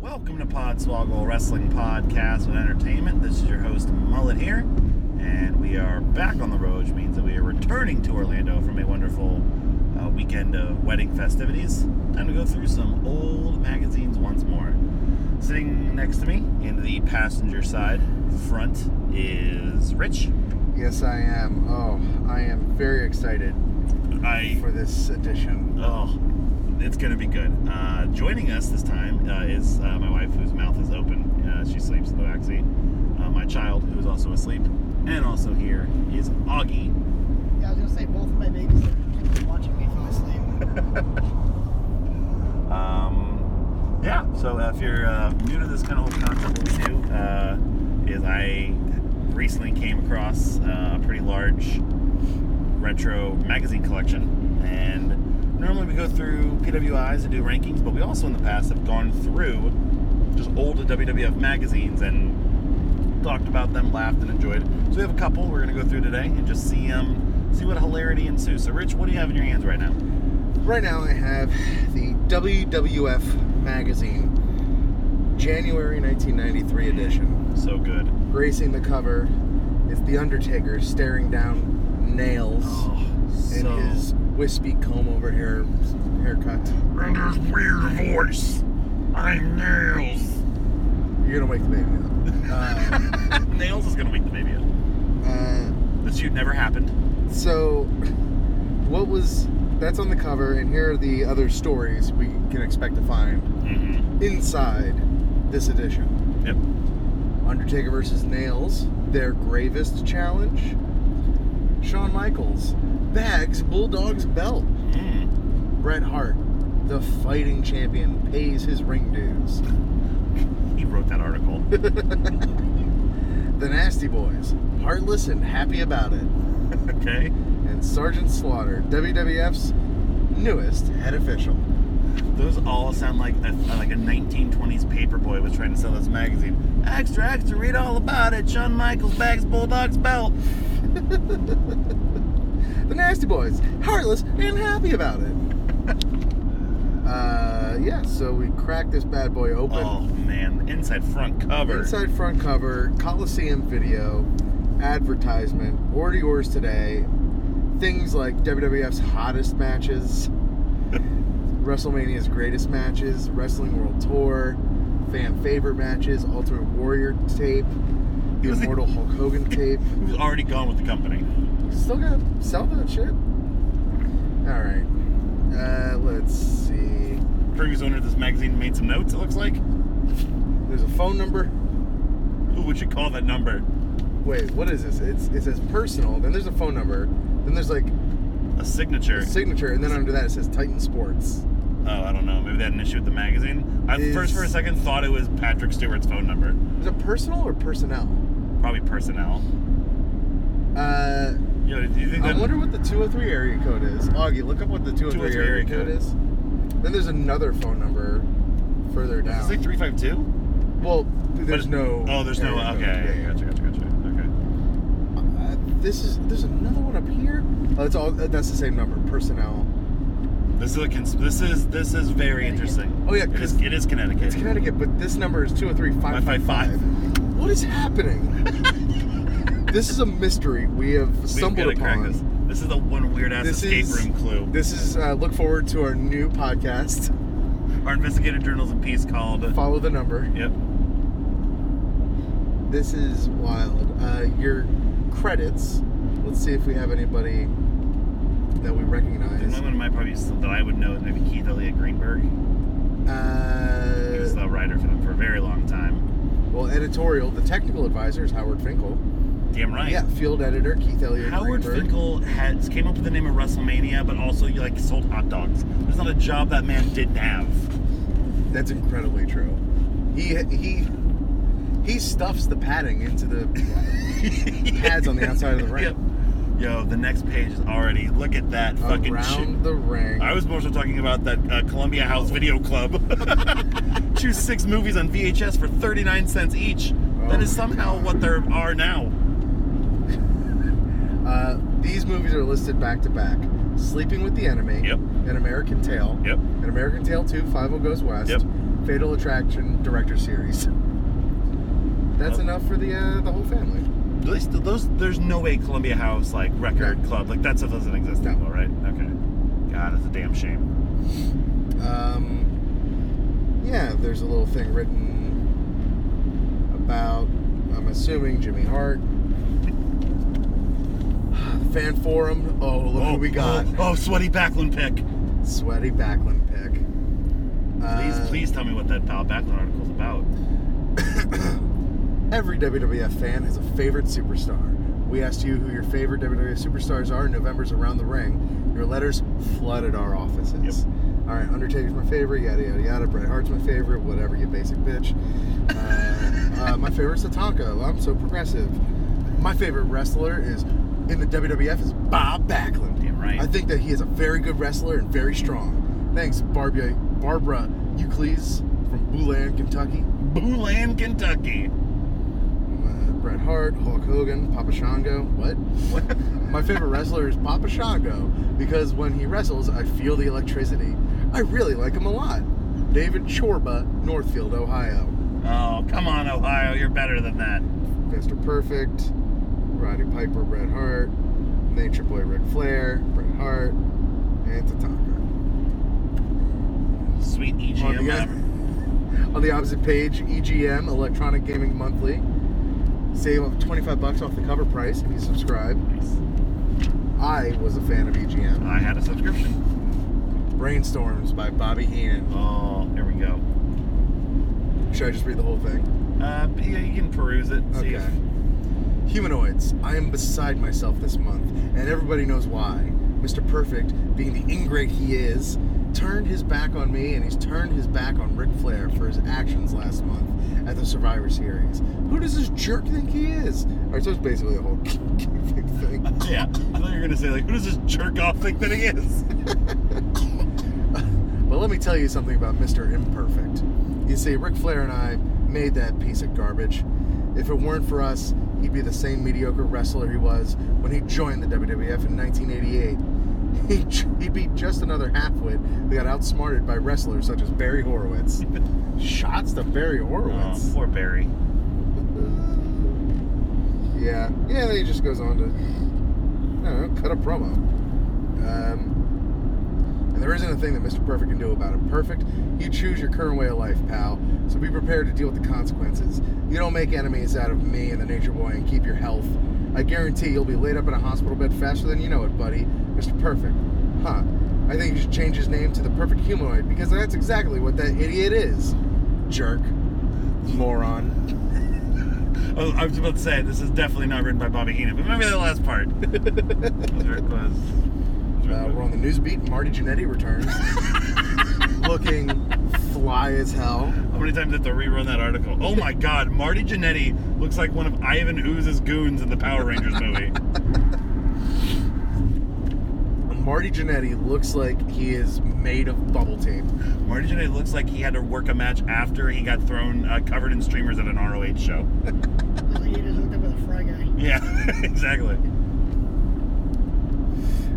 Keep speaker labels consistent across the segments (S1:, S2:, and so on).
S1: Welcome to Podswoggle Wrestling Podcast with Entertainment. This is your host Mullet here, and we are back on the road, which means that we are returning to Orlando from a wonderful uh, weekend of wedding festivities. Time to go through some old magazines once more. Sitting next to me in the passenger side front is Rich.
S2: Yes, I am. Oh, I am very excited
S1: I
S2: for this edition.
S1: Oh, it's gonna be good. Uh, joining us this time uh, is uh, my wife, whose mouth is open. Uh, she sleeps in the back seat. Uh, my child, who is also asleep, and also here is Augie.
S3: Yeah, I was gonna say both of my babies are keep watching me from my sleep.
S1: Um, yeah. So uh, if you're uh, new to this kind of whole concept, what we do uh, is I recently came across uh, a pretty large retro magazine collection, and normally we go through PWIs and do rankings, but we also in the past have gone through just old WWF magazines and talked about them, laughed, and enjoyed. So we have a couple we're gonna go through today and just see um see what hilarity ensues. So Rich, what do you have in your hands right now?
S2: Right now, I have the WWF magazine, January 1993 edition.
S1: So good.
S2: Gracing the cover is The Undertaker staring down nails in
S1: Oh, so
S2: his wispy comb over hair haircut.
S1: And his weird voice. I'm Nails.
S2: You're gonna wake the baby up. Um,
S1: Nails is gonna wake the baby up.
S2: uh,
S1: This shoot never happened.
S2: So, what was that's on the cover, and here are the other stories we can expect to find
S1: Mm-hmm.
S2: inside this edition
S1: Yep.
S2: Undertaker versus Nails, their gravest challenge, Shawn Michaels, Bags Bulldog's belt,
S1: Mm.
S2: Bret Hart, the fighting champion, pays his ring dues,
S1: He wrote that article.
S2: the Nasty Boys, heartless and happy about it,
S1: okay.
S2: and Sergeant Slaughter, WWF's newest head official.
S1: Those all sound like a, like a 1920s paperboy was trying to sell this magazine. Extra, extra, read all about it. Shawn Michaels bags Bulldog's belt.
S2: The Nasty Boys, heartless and happy about it. uh, yeah, so we cracked this bad boy open.
S1: Oh man, inside front cover.
S2: Inside front cover, Coliseum video, advertisement, order yours today. Things like WWF's hottest matches, WrestleMania's greatest matches, Wrestling World Tour, fan favorite matches, Ultimate Warrior tape,
S1: He
S2: the
S1: was like-
S2: Immortal Hulk Hogan tape.
S1: He was already gone with the company.
S2: Still gotta sell that shit. All right. Uh, let's see.
S1: Previous owner of this magazine made some notes. It looks like.
S2: There's a phone number.
S1: Who would you call that number?
S2: Wait, what is this? It's it says personal. Then there's a phone number. Then there's like
S1: A signature.
S2: a signature, and then under that it says Titan Sports.
S1: Oh, I don't know. Maybe they had an issue with the magazine. I
S2: Is-
S1: first for a second thought it was Patrick Stewart's phone number.
S2: Is it personal or personnel?
S1: Probably personnel.
S2: Uh,
S1: You know, do you think
S2: I
S1: that
S2: wonder what the 203 area code is. Augie, look up what the 203,
S1: 203
S2: area
S1: area
S2: code
S1: code.
S2: is. Then there's another phone number further
S1: it's
S2: down.
S1: like three five two?
S2: well, there's no.
S1: Oh, there's no.
S2: area
S1: Okay,
S2: code. Yeah, yeah.
S1: gotcha, gotcha, gotcha. Okay.
S2: Uh, this is there's another one up here. Oh, it's all that's the same number. Personnel.
S1: This is a cons- this is this is very interesting.
S2: Oh, yeah,
S1: it is,
S2: 'cause
S1: it is Connecticut.
S2: It's Connecticut, but this number is two or three five five five.
S1: 555.
S2: What is happening? this is a mystery we have
S1: We've
S2: stumbled
S1: gotta crack
S2: upon.
S1: this. This is the one weird ass
S2: This
S1: escape
S2: is-
S1: room clue.
S2: This is uh, look forward to our new podcast.
S1: Our investigative journals in peace called.
S2: Follow the number.
S1: Yep.
S2: This is wild. Uh, your credits. Let's see if we have anybody that we
S1: The
S2: recognize.
S1: one that I might probably that I would know is maybe Keith Elliott Greenberg. He was
S2: Uh,
S1: the writer for them for a very long time.
S2: well, editorial. The technical advisor is Howard Finkel.
S1: Damn right.
S2: Yeah, field editor Keith Elliott.
S1: Howard
S2: Greenberg.
S1: Finkel has came up with the name of WrestleMania, but also you like sold hot dogs. There's not a job that man didn't have.
S2: That's incredibly true. He he he stuffs the padding into the pads on the outside of the ring.
S1: Yep. Yo, the next page is already. Look at that fucking shit.
S2: around the ring.
S1: I was more so talking about that uh, Columbia House Video Club. Choose six movies on VHS for 39 cents each.
S2: Oh
S1: that is somehow what there are now.
S2: Uh, these movies are listed back to back: Sleeping with the Enemy,
S1: Yep.
S2: An American Tale,
S1: Yep.
S2: An American Tale Two, Five O Goes West,
S1: Yep.
S2: Fatal Attraction Director Series. That's
S1: Yep.
S2: enough for the uh, the whole family.
S1: At least those, there's no way Columbia House, like, record
S2: No.
S1: club, like, that stuff doesn't exist
S2: No.
S1: anymore, right? Okay. God, that's a damn shame.
S2: Um, yeah, there's a little thing written about, I'm assuming, Jimmy Hart. Fan forum. Oh, look who we got.
S1: Oh, oh, sweaty Backlund pick.
S2: Sweaty Backlund pick.
S1: Please,
S2: Uh,
S1: please tell me what that Pal Backlund article's about.
S2: Every WWF fan has a favorite superstar. We asked you who your favorite WWF superstars are. November's around the ring. Your letters flooded our offices. All right, Undertaker's my favorite. Yada yada yada. Bret Hart's my favorite. Whatever, you basic bitch. Uh, uh, my favorite's Tatanka. I'm so progressive. My favorite wrestler is in the WWF is Bob Backlund.
S1: Damn right.
S2: I think that he is a very good wrestler and very strong. Thanks, Barbara Barbara Euclides from Boulan, Kentucky.
S1: Booland, Kentucky.
S2: Uh, Bret Hart, Hulk Hogan, Papa Shango. What?
S1: What?
S2: My favorite wrestler is Papa Shango because when he wrestles, I feel the electricity. I really like him a lot. David Chorba, Northfield, Ohio.
S1: Oh, come on, Ohio. You're better than that.
S2: Mr. Perfect, Roddy Piper, Bret Hart, Nature Boy, Ric Flair, Bret Hart, and Tatanka.
S1: Sweet E
S2: On
S1: EGM.
S2: the,
S1: whatever.
S2: on the opposite page, EGM, Electronic Gaming Monthly. Save up 25 bucks off the cover price if you subscribe.
S1: Nice.
S2: I was a fan of E EGM.
S1: I had a subscription.
S2: Brainstorms by Bobby Heenan.
S1: Oh, there we go.
S2: Should I just read the whole thing?
S1: Uh, but yeah, you can peruse it. and See if,
S2: Humanoids. I am beside myself this month, and everybody knows why. Mr. Perfect, being the ingrate he is, turned his back on me, and he's turned his back on Ric Flair for his actions last month at the Survivor Series. Who does this jerk think he is? Alright, so it's basically the whole thing.
S1: yeah, I thought you were gonna say like, who does this jerk off think that he is?
S2: But let me tell you something about Mr. Imperfect. You see, Ric Flair and I made that piece of garbage. If it weren't for us, he'd be the same mediocre wrestler he was when he joined the WWF in 1988. He'd, j- he'd be just another halfwit that got outsmarted by wrestlers such as Barry Horowitz. Shots to Barry
S1: Oh,
S2: Horowitz.
S1: poor Barry.
S2: Yeah, yeah. Then he just goes on to I don't know, cut a promo. Um, and there isn't a thing that Mr. Perfect can do about it. Perfect, you choose your current way of life, pal. So be prepared to deal with the consequences. You don't make enemies out of me and the Nature Boy, and keep your health. I guarantee you'll be laid up in a hospital bed faster than you know it, buddy. Mr. Perfect, huh? I think you should change his name to the Perfect Humanoid because that's exactly what that idiot is. Jerk, moron.
S1: Oh, I was about to say this is definitely not written by Bobby Heenan, but maybe the last part. was, writ- was, was written
S2: Uh, we're
S1: by-
S2: on the news beat. Marty Jannetty returns, looking fly as hell.
S1: How many times have to rerun that article? Oh my God, Marty Jannetty looks like one of Ivan Ooze's goons in the Power Rangers movie.
S2: Marty Jannetty looks like he is made of bubble tape.
S1: Marty Jannetty looks like he had to work a match after he got thrown uh, covered in streamers at an ROH show.
S3: Looks like he just hooked up with a fry guy.
S1: Yeah, exactly.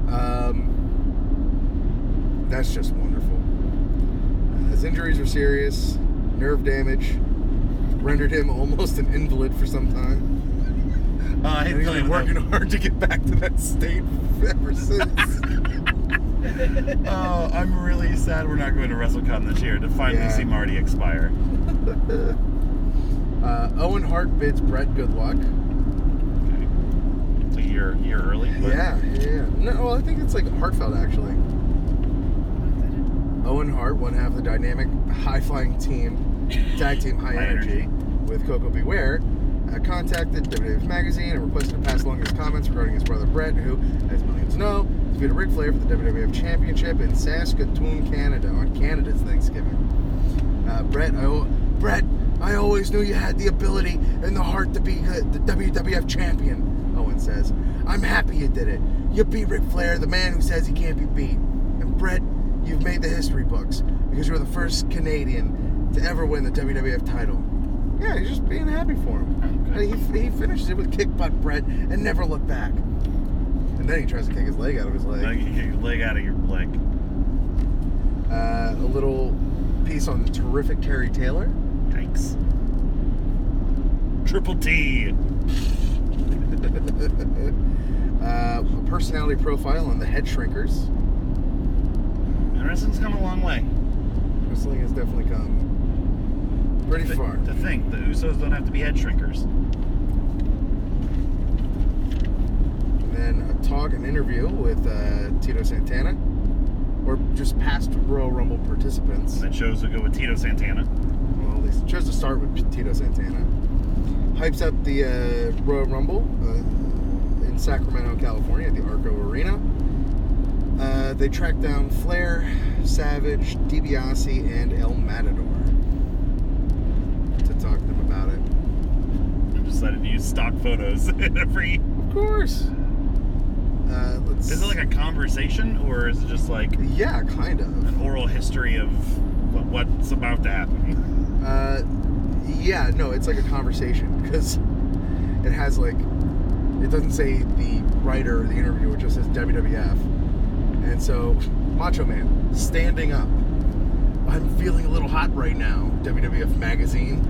S2: Um, that's just wonderful. Uh, his injuries were serious, nerve damage rendered him almost an invalid for some time.
S1: Uh, I hate
S2: And he's
S1: telling you
S2: been
S1: that.
S2: working hard to get back to that state ever since.
S1: Oh, I'm really sad we're not going to WrestleCon this year to finally
S2: Yeah.
S1: see Marty expire.
S2: uh, Owen Hart bids Brett good luck.
S1: Okay. It's a year, year early. but-
S2: Yeah, yeah, yeah. No, well, I think it's like heartfelt actually. Owen Hart, one half of the dynamic high flying team, tag team high
S1: High
S2: energy,
S1: Energy.
S2: with Coco Beware, uh, contacted WWF Magazine and requested to pass along his comments regarding his brother Brett, who, as millions know, defeated Ric Flair for the WWF Championship in Saskatoon, Canada, on Canada's Thanksgiving. Uh, Brett, I, al- Brett, I always knew you had the ability and the heart to be good- the WWF champion. Owen says, "I'm happy you did it. You beat Ric Flair, the man who says he can't be beat." And Brett, you've made the history books because you're the first Canadian to ever win the WWF title. Yeah, he's just being happy for him.
S1: Okay.
S2: And he, he finishes it with kick butt Brett and never looked back. And then he tries to kick his leg out of his leg.
S1: Now you get your leg out of your leg.
S2: Uh, a little piece on the terrific Terry Taylor.
S1: Yikes. Triple T.
S2: Uh, a personality profile on the head shrinkers.
S1: Wrestling's come a long way.
S2: Wrestling has definitely come pretty
S1: Th-
S2: far.
S1: To think, the Usos don't have to be head shrinkers.
S2: And then a talk, an interview with uh, Tito Santana, or just past Royal Rumble participants.
S1: That shows we go with Tito Santana.
S2: Well, they chose to start with Tito Santana. Hypes up the uh, Royal Rumble uh, in Sacramento, California, at the Arco Arena. Uh, they track down Flair, Savage, DiBiase, and El Matador to talk to them about it.
S1: I'm just letting you use stock photos in every.
S2: Of course. Uh, let's.
S1: Is it like a conversation or is it just like
S2: Yeah, kind
S1: an
S2: of.
S1: oral history of what, what's about to happen?
S2: Uh, yeah, no, it's like a conversation because it has like it doesn't say the writer or the interviewer, it just says WWF. And so, Macho Man standing up. I'm feeling a little hot right now. WWF magazine.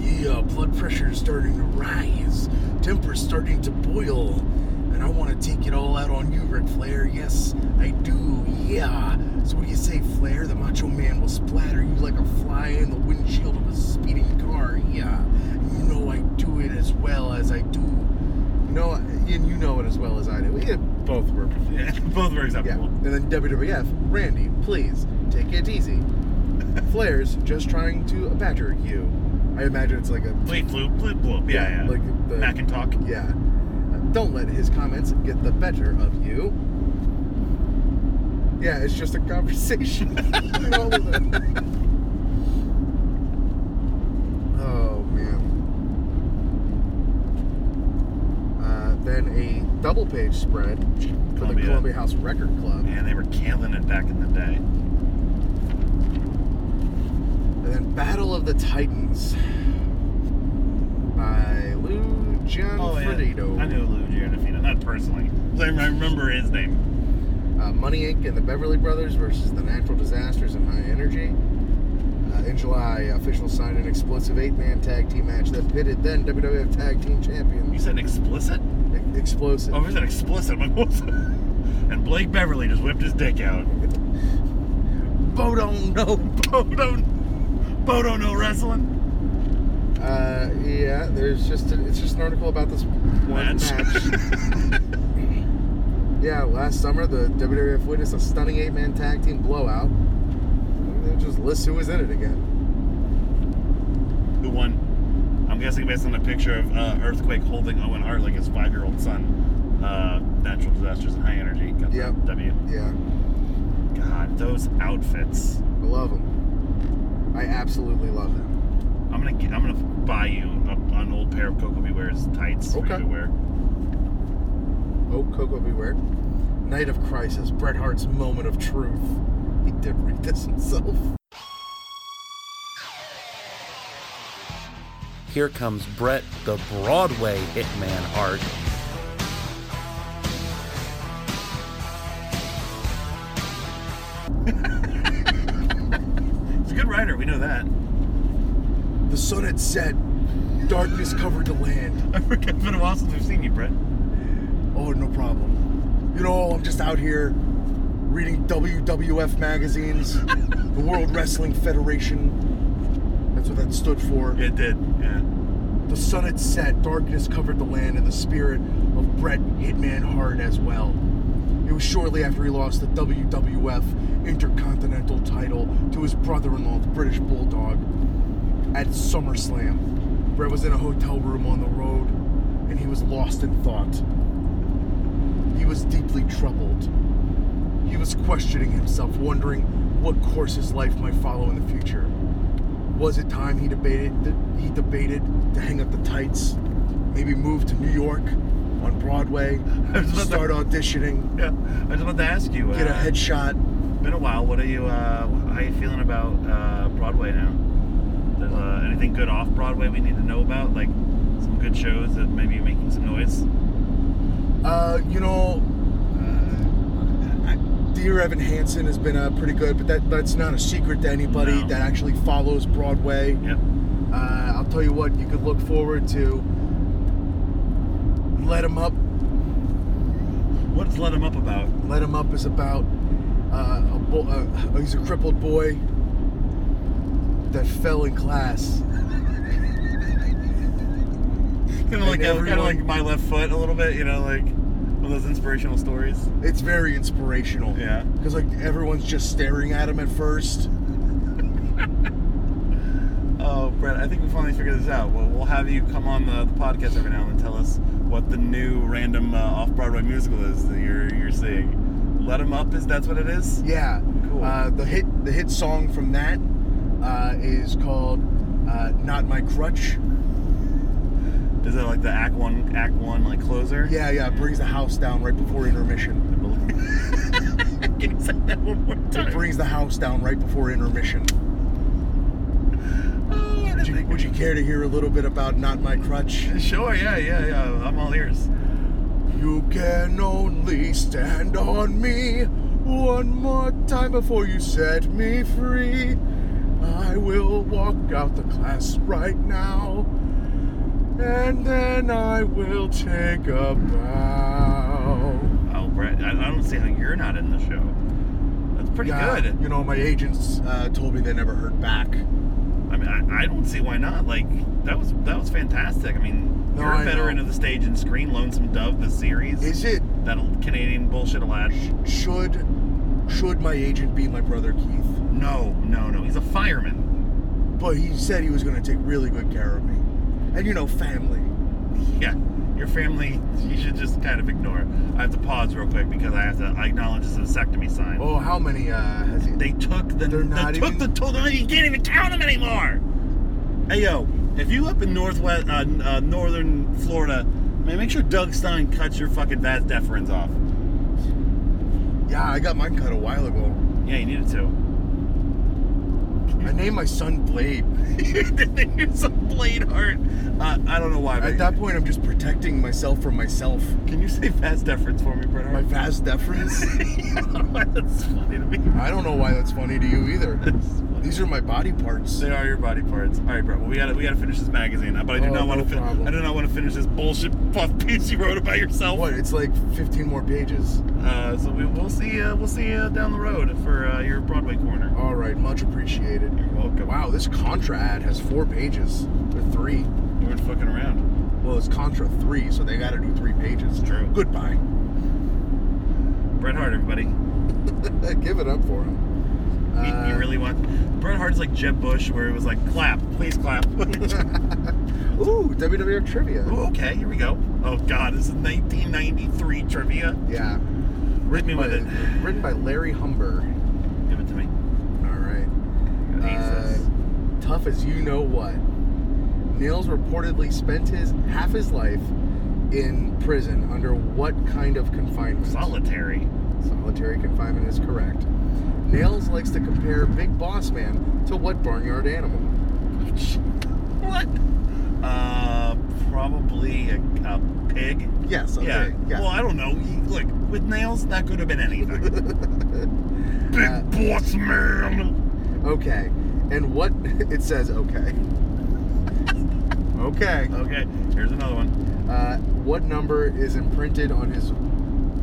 S2: yeah, blood pressure's starting to rise. Temper's starting to boil. And I want to take it all out on you, Ric Flair. Yes, I do. Yeah. So what do you say, Flair? The Macho Man will splatter you like a fly in the windshield of a speeding car. Yeah. You know I do it as well as I do. You know, and you know it as well as I do. Yeah, both were
S1: Yeah, both were
S2: yeah.
S1: acceptable.
S2: And then WWF, Randy, please take it easy. Flair's just trying to badger you. I imagine it's like a
S1: Bleep, bloop, bleep, bloop. Yeah, yeah.
S2: like uh, the
S1: Mac and talk.
S2: yeah. Don't let his comments get the better of you. Yeah, it's just a conversation. Nothing wrong with it. oh man. Uh, then a double page spread for
S1: Columbia.
S2: the Columbia House Record Club.
S1: Man, they were killing it back in the day.
S2: And then Battle of the Titans by Lou Oh, Gianfredito.
S1: Oh, I knew Lou Giannafino, not personally. I remember his name.
S2: Uh, Money Inc. and the Beverly Brothers versus the Natural Disasters and High Energy. Uh, in July, officials signed an explosive eight-man tag team match that pitted then WWF Tag Team
S1: You
S2: Champion
S1: said explicit?
S2: E- Explosive.
S1: Oh, if you said explicit, I'm like, what's And Blake Beverly just whipped his dick out.
S2: Bodo
S1: Oh,
S2: no.
S1: Bodo, Bodo no wrestling.
S2: Uh, yeah, there's just a, it's just an article about this one
S1: Match.
S2: match. Yeah, last summer the WWF witnessed a stunning eight-man tag team blowout. And it just lists who was in it again.
S1: Who won? I'm guessing based on the picture of uh, Earthquake holding Owen Hart like his five-year-old son. Uh, natural disasters and high energy. Got that
S2: Yep.
S1: W.
S2: Yeah,
S1: God, those outfits.
S2: I love them. I absolutely love them.
S1: I'm gonna get, I'm gonna buy you a, an old pair of Coco Beware's tights for you
S2: Okay.
S1: to wear.
S2: Oh, Coco Beware. Night of Crisis, Bret Hart's moment of truth. He did read this himself.
S4: Here comes Brett, the Broadway hitman Hart.
S1: He's a good writer. We know that.
S2: The sun had set, darkness covered the land.
S1: I forget. It's been a while since we've seen you, Brett.
S2: Oh, no problem. You know, I'm just out here reading WWF magazines, the World Wrestling Federation. That's what that stood for.
S1: It did. Yeah.
S2: The sun had set, darkness covered the land, and the spirit of Bret Hitman Hart as well. It was shortly after he lost the WWF Intercontinental title to his brother in law, the British Bulldog, at SummerSlam. Bret was in a hotel room on the road, and he was lost in thought. He was deeply troubled. He was questioning himself, wondering what course his life might follow in the future. Was it time he debated that he debated to hang up the tights, maybe move to New York on Broadway,
S1: I was about to-
S2: start auditioning,
S1: Yeah, I just wanted to ask you.
S2: get a
S1: uh,
S2: headshot?
S1: Been a while. What are you? Uh, how are you feeling about uh, Broadway now? There's, uh, anything good off Broadway we need to know about? Like some good shows that maybe are making some noise.
S2: Uh, you know, uh, I- Dear Evan Hansen has been uh, pretty good, but that, that's not a secret to anybody
S1: No.
S2: that actually follows Broadway.
S1: Yep.
S2: Uh, I'll tell you what, you could look forward to Let 'Em Up.
S1: What's let him up about?
S2: Let 'Em Up is about uh, a bo- uh, he's a crippled boy that fell in class.
S1: Kind of like
S2: And
S1: kind of like
S2: everyone-
S1: my left foot a little bit. You know, like one of those inspirational stories.
S2: It's very inspirational.
S1: Yeah.
S2: Because like everyone's just staring at him at first.
S1: Oh, Brett, I think we finally figured this out. Well, we'll have you come on the, the podcast every now and then tell us what the new random uh, off Broadway musical is that you're you're seeing. Let him up is that's what it is.
S2: Yeah.
S1: Cool.
S2: Uh, the hit the hit song from that uh, is called uh, "Not My Crutch."
S1: Is that like the act one act one like closer?
S2: Yeah, yeah. It brings the house down right before intermission.
S1: Can you say that one more
S2: It
S1: time?
S2: brings the house down right before intermission.
S1: Oh, I didn't
S2: Would you,
S1: think-
S2: would you care to hear a little bit about Not My Crutch?
S1: Sure, yeah, yeah, yeah. I'm all ears.
S2: You can only stand on me one more time before you set me free. I will walk out the class right now, and then I will take a bow.
S1: Oh, Brett, I, I don't see how you're not in the show. That's pretty
S2: Yeah,
S1: good.
S2: You know, my agents uh, told me they never heard back.
S1: I mean, I, I don't see why not. Like that was that was fantastic. I mean,
S2: No,
S1: you're a
S2: I
S1: veteran
S2: know.
S1: of the stage and screen. Lonesome Dove, the series.
S2: Is it
S1: that old Canadian bullshit allowed?
S2: should should my agent be my brother Keith?
S1: No, no, no. He's a fireman.
S2: But he said he was going to take really good care of me, and you know, family.
S1: Yeah, your family. You should just kind of ignore. I have to pause real quick because I have to I acknowledge this vasectomy sign.
S2: Oh, how many uh, has he?
S1: They took the.
S2: They're
S1: they
S2: not
S1: took
S2: even-
S1: the total. You can't even count them anymore. Hey yo, if you up in northwest, uh, n- uh, northern Florida, man, make sure Doug Stein cuts your fucking vas deferens off.
S2: Yeah, I got mine cut a while ago.
S1: Yeah, you needed to.
S2: I named my son Blade.
S1: You're some blade heart. Uh, I don't know why. But
S2: At that point, I'm just protecting myself from myself.
S1: can you say vas deferens for me, Brett?
S2: My vast deference.
S1: That's funny to me.
S2: I don't know why that's funny to you either. These are my body parts.
S1: They are your body parts. All right, bro. Well, we gotta we gotta finish this magazine, but I do
S2: Oh,
S1: not want
S2: no
S1: to. Fin-
S2: problem.
S1: I do not want to finish this bullshit puff piece you wrote about yourself.
S2: What? It's like 15 more pages.
S1: Uh, so we, we'll see. Uh, we'll see uh, down the road for uh, your Broadway corner.
S2: All right, much appreciated.
S1: You're welcome.
S2: Wow, this Contra ad has four pages or three.
S1: We weren't fucking around.
S2: Well, it's Contra three, so they got to do three pages.
S1: True.
S2: Goodbye.
S1: Bret Hart, everybody. You,
S2: Eh, Give it up for him.
S1: you
S2: Uh,
S1: really want Bret Hart's like Jeb Bush, where it was like clap, please clap.
S2: Uh, Ooh, WWF trivia.
S1: Ooh, okay, here we go. Oh God, this is 1993 trivia.
S2: Yeah.
S1: Hit me
S2: By-
S1: with it.
S2: Written by Larry Humber.
S1: Give it to me.
S2: All right. Uh,
S1: Jesus.
S2: tough as you know what. Nails reportedly spent his half his life in prison under what kind of confinement?
S1: Solitary.
S2: Solitary confinement is correct. Nails likes to compare Big Boss Man to what barnyard animal?
S1: What? Uh, probably a, a pig.
S2: Yes, okay.
S1: Yeah.
S2: Yeah.
S1: Well, I don't know. He, look, with nails, that could have been anything. Big
S2: Uh,
S1: boss man.
S2: okay. And what it says okay. okay.
S1: Okay, here's another one.
S2: Uh, what number is imprinted on his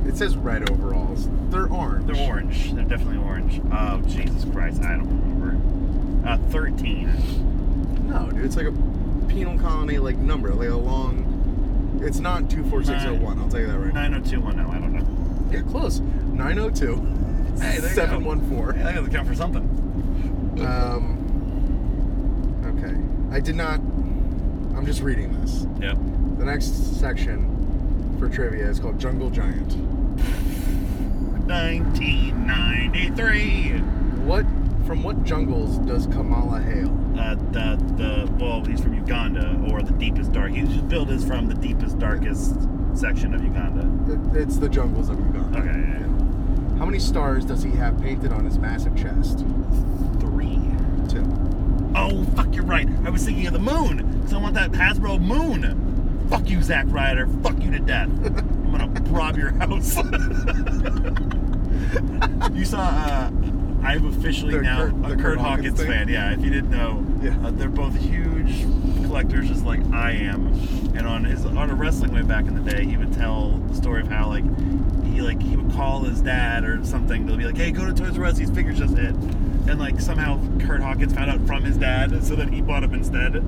S2: it says red overalls. They're orange.
S1: They're orange. They're definitely orange. Oh, Jesus Christ. I don't remember. Uh, 13.
S2: No, dude, it's like a penal colony like number, like a long. It's not two four six zero one. I'll tell you that right now.
S1: 90210. I don't know.
S2: Yeah, close. Nine zero two.
S1: Hey, there you go.
S2: Seven one four.
S1: Hey, that doesn't count for something.
S2: Um. Okay, I did not. I'm just reading this.
S1: Yep.
S2: The next section for trivia is called Jungle Giant.
S1: 1993.
S2: What from what jungles does Kamala hail?
S1: Uh, the the well, he's from Uganda or the deepest dark. He's built is from the deepest darkest section of Uganda.
S2: It- It's the jungles of Uganda.
S1: Okay, yeah,
S2: How many stars does he have painted on his massive chest?
S1: Three.
S2: Two.
S1: Oh fuck, you're right. I was thinking of the moon. So I want that Hasbro moon. Fuck you, Zack Ryder. Fuck you to death. I'm gonna rob your house. you saw. Uh, I'm officially
S2: The
S1: now
S2: Kurt-
S1: a
S2: the
S1: Kurt,
S2: Kurt
S1: Hawkins,
S2: Hawkins thing?
S1: fan. Yeah, if you didn't know,
S2: Yeah.
S1: uh, they're both huge collectors, just like I am. And on his on a wrestling way back in the day, he would tell the story of how like he like he would call his dad or something. They'll be like, "Hey, go to Toys R Us. These figures just hit." And like somehow Kurt Hawkins found out from his dad, so then he bought him instead.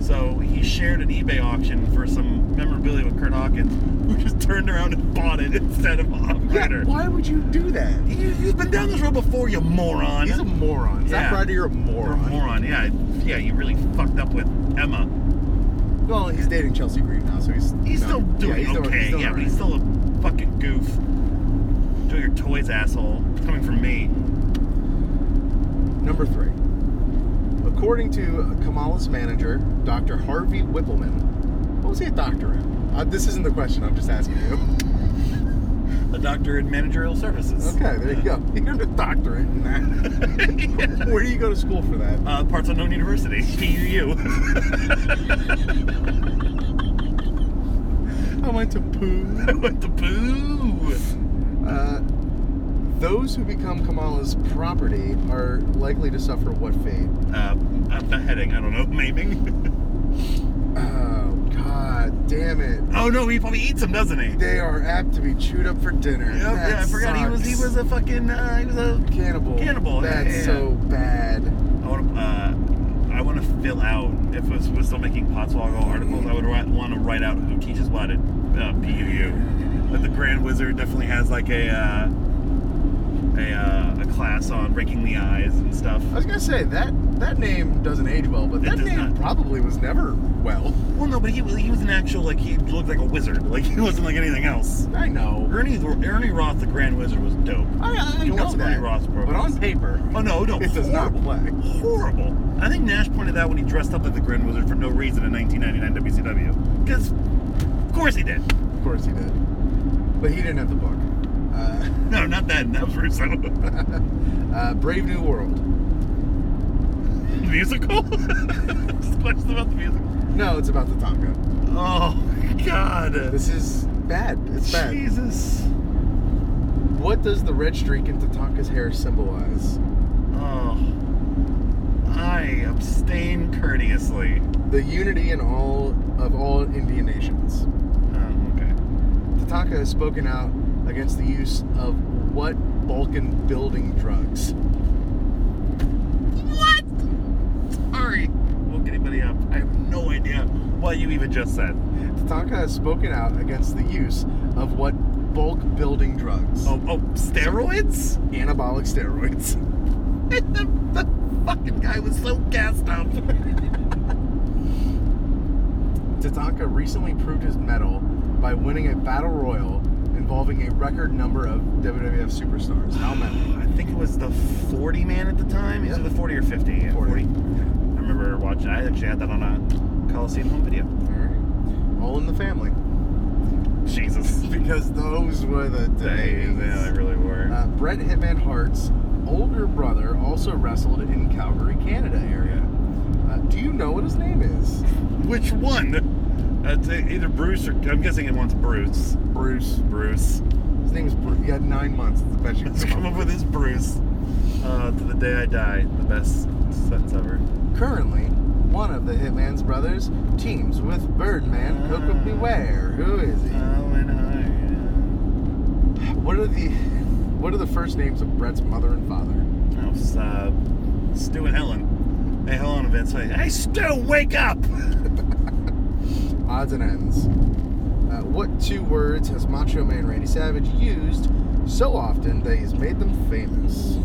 S1: So he shared an eBay auction for some memorabilia with Kurt Hawkins, who just turned around and bought it instead of Bob
S2: Yeah,
S1: Ryder.
S2: why would you do that?
S1: You, you've been down this road before, you moron.
S2: He's a moron. Zack
S1: Yeah.
S2: Ryder, you're a
S1: You're a
S2: moron.
S1: moron. Yeah, yeah. You really fucked up with Emma.
S2: Well, he's dating Chelsea Green now, so he's
S1: He's
S2: no,
S1: still
S2: yeah,
S1: doing
S2: he's doing-
S1: okay.
S2: he's doing
S1: yeah, but
S2: alright.
S1: he's still a fucking goof. Do your toys, asshole. It's coming from me.
S2: Number three. According to Kamala's manager, Dr. Harvey Whippleman, what was he a doctor in? Uh, this isn't the question, I'm just asking you.
S1: A doctor in managerial services.
S2: Okay, there you go. You earned a doctorate in that. Where do you go to school for that?
S1: Uh, parts unknown university. PUU.
S2: I went to poo.
S1: I went to poo.
S2: Uh, those who become Kamala's property are likely to suffer what fate?
S1: Uh, I'm beheading. I don't know. Maiming.
S2: Oh, god damn it.
S1: Oh no, he probably eats them, doesn't he? Yep,
S2: They are apt to be chewed up for dinner. That
S1: yeah, I forgot he was. He was
S2: sucks.
S1: a fucking. Uh, he was a
S2: cannibal.
S1: Cannibal, yeah,
S2: That's
S1: yeah,
S2: so bad.
S1: I want to. Uh, I want to fill out. If I was, was still making Potswoggle articles, I would want to write out who teaches what at uh, PUU. But the Grand Wizard definitely has like a uh, a, uh, a class on breaking the eyes and stuff.
S2: I was gonna say that that name doesn't age well, but
S1: It
S2: that
S1: does
S2: name
S1: not.
S2: probably was never well.
S1: Well, no, but he was- he was an actual like he looked like a wizard. Like he wasn't like anything else.
S2: I know.
S1: Ernie Ernie Roth, the Grand Wizard, was dope.
S2: I, I
S1: You
S2: know
S1: want somebody
S2: that,
S1: Ross Perot.
S2: but on paper,
S1: Oh no, no,
S2: it does not
S1: horrible.
S2: play.
S1: horrible. I think Nash pointed out when he dressed up like the Grand Wizard for no reason in 1999 WCW. Because, of course he did.
S2: Of course he did, but he didn't have the book. Uh,
S1: No, not that. That was Russo.
S2: uh, Brave New World.
S1: musical? Just questions about the music.
S2: No, it's about the Tonka.
S1: Oh, my God.
S2: This is bad. It's bad.
S1: Jesus.
S2: What does the red streak in Tatanka's hair symbolize?
S1: Oh. I abstain courteously.
S2: The unity in all of all Indian nations.
S1: Oh, okay.
S2: Tatanka has spoken out against the use of what Balkan building drugs?
S1: What? Sorry. Woke anybody up. I have no idea what you even just said.
S2: Tatanka has spoken out against the use of what bulk building drugs?
S1: Oh, oh steroids?
S2: Anabolic steroids.
S1: the, the fucking guy was so gassed up.
S2: Tatanka recently proved his medal by winning a battle royal involving a record number of WWF superstars. How many?
S1: I think it was the 40 man at the time. Is it the 40 or 50? Yeah, 40. I remember watching. I actually had that on a Coliseum home video.
S2: All right. All in the family.
S1: Jesus.
S2: Because those were the days.
S1: Days. Yeah, they really were.
S2: Uh, Bret Hitman Hart's older brother also wrestled in Calgary, Canada area. Uh, do you know what his name is?
S1: Which one? Uh, it's e- either Bruce or I'm guessing it wants Bruce.
S2: Bruce.
S1: Bruce.
S2: His name is Bruce. He had nine months. It's the best you
S1: Let's
S2: can
S1: come up with his Bruce. Uh, to the day I die. The best sentence ever.
S2: Currently, one of the Hitman's brothers teams with Birdman Coco
S1: Ah.
S2: Beware. Who is he?
S1: and I.
S2: What are the What are the first names of Brett's mother and father?
S1: Uh, it was, uh, Stu and Helen. Hey, Helen events. Like, hey, Stu, wake up!
S2: Odds and ends. Uh, what two words has Macho Man Randy Savage used so often that he's made them famous?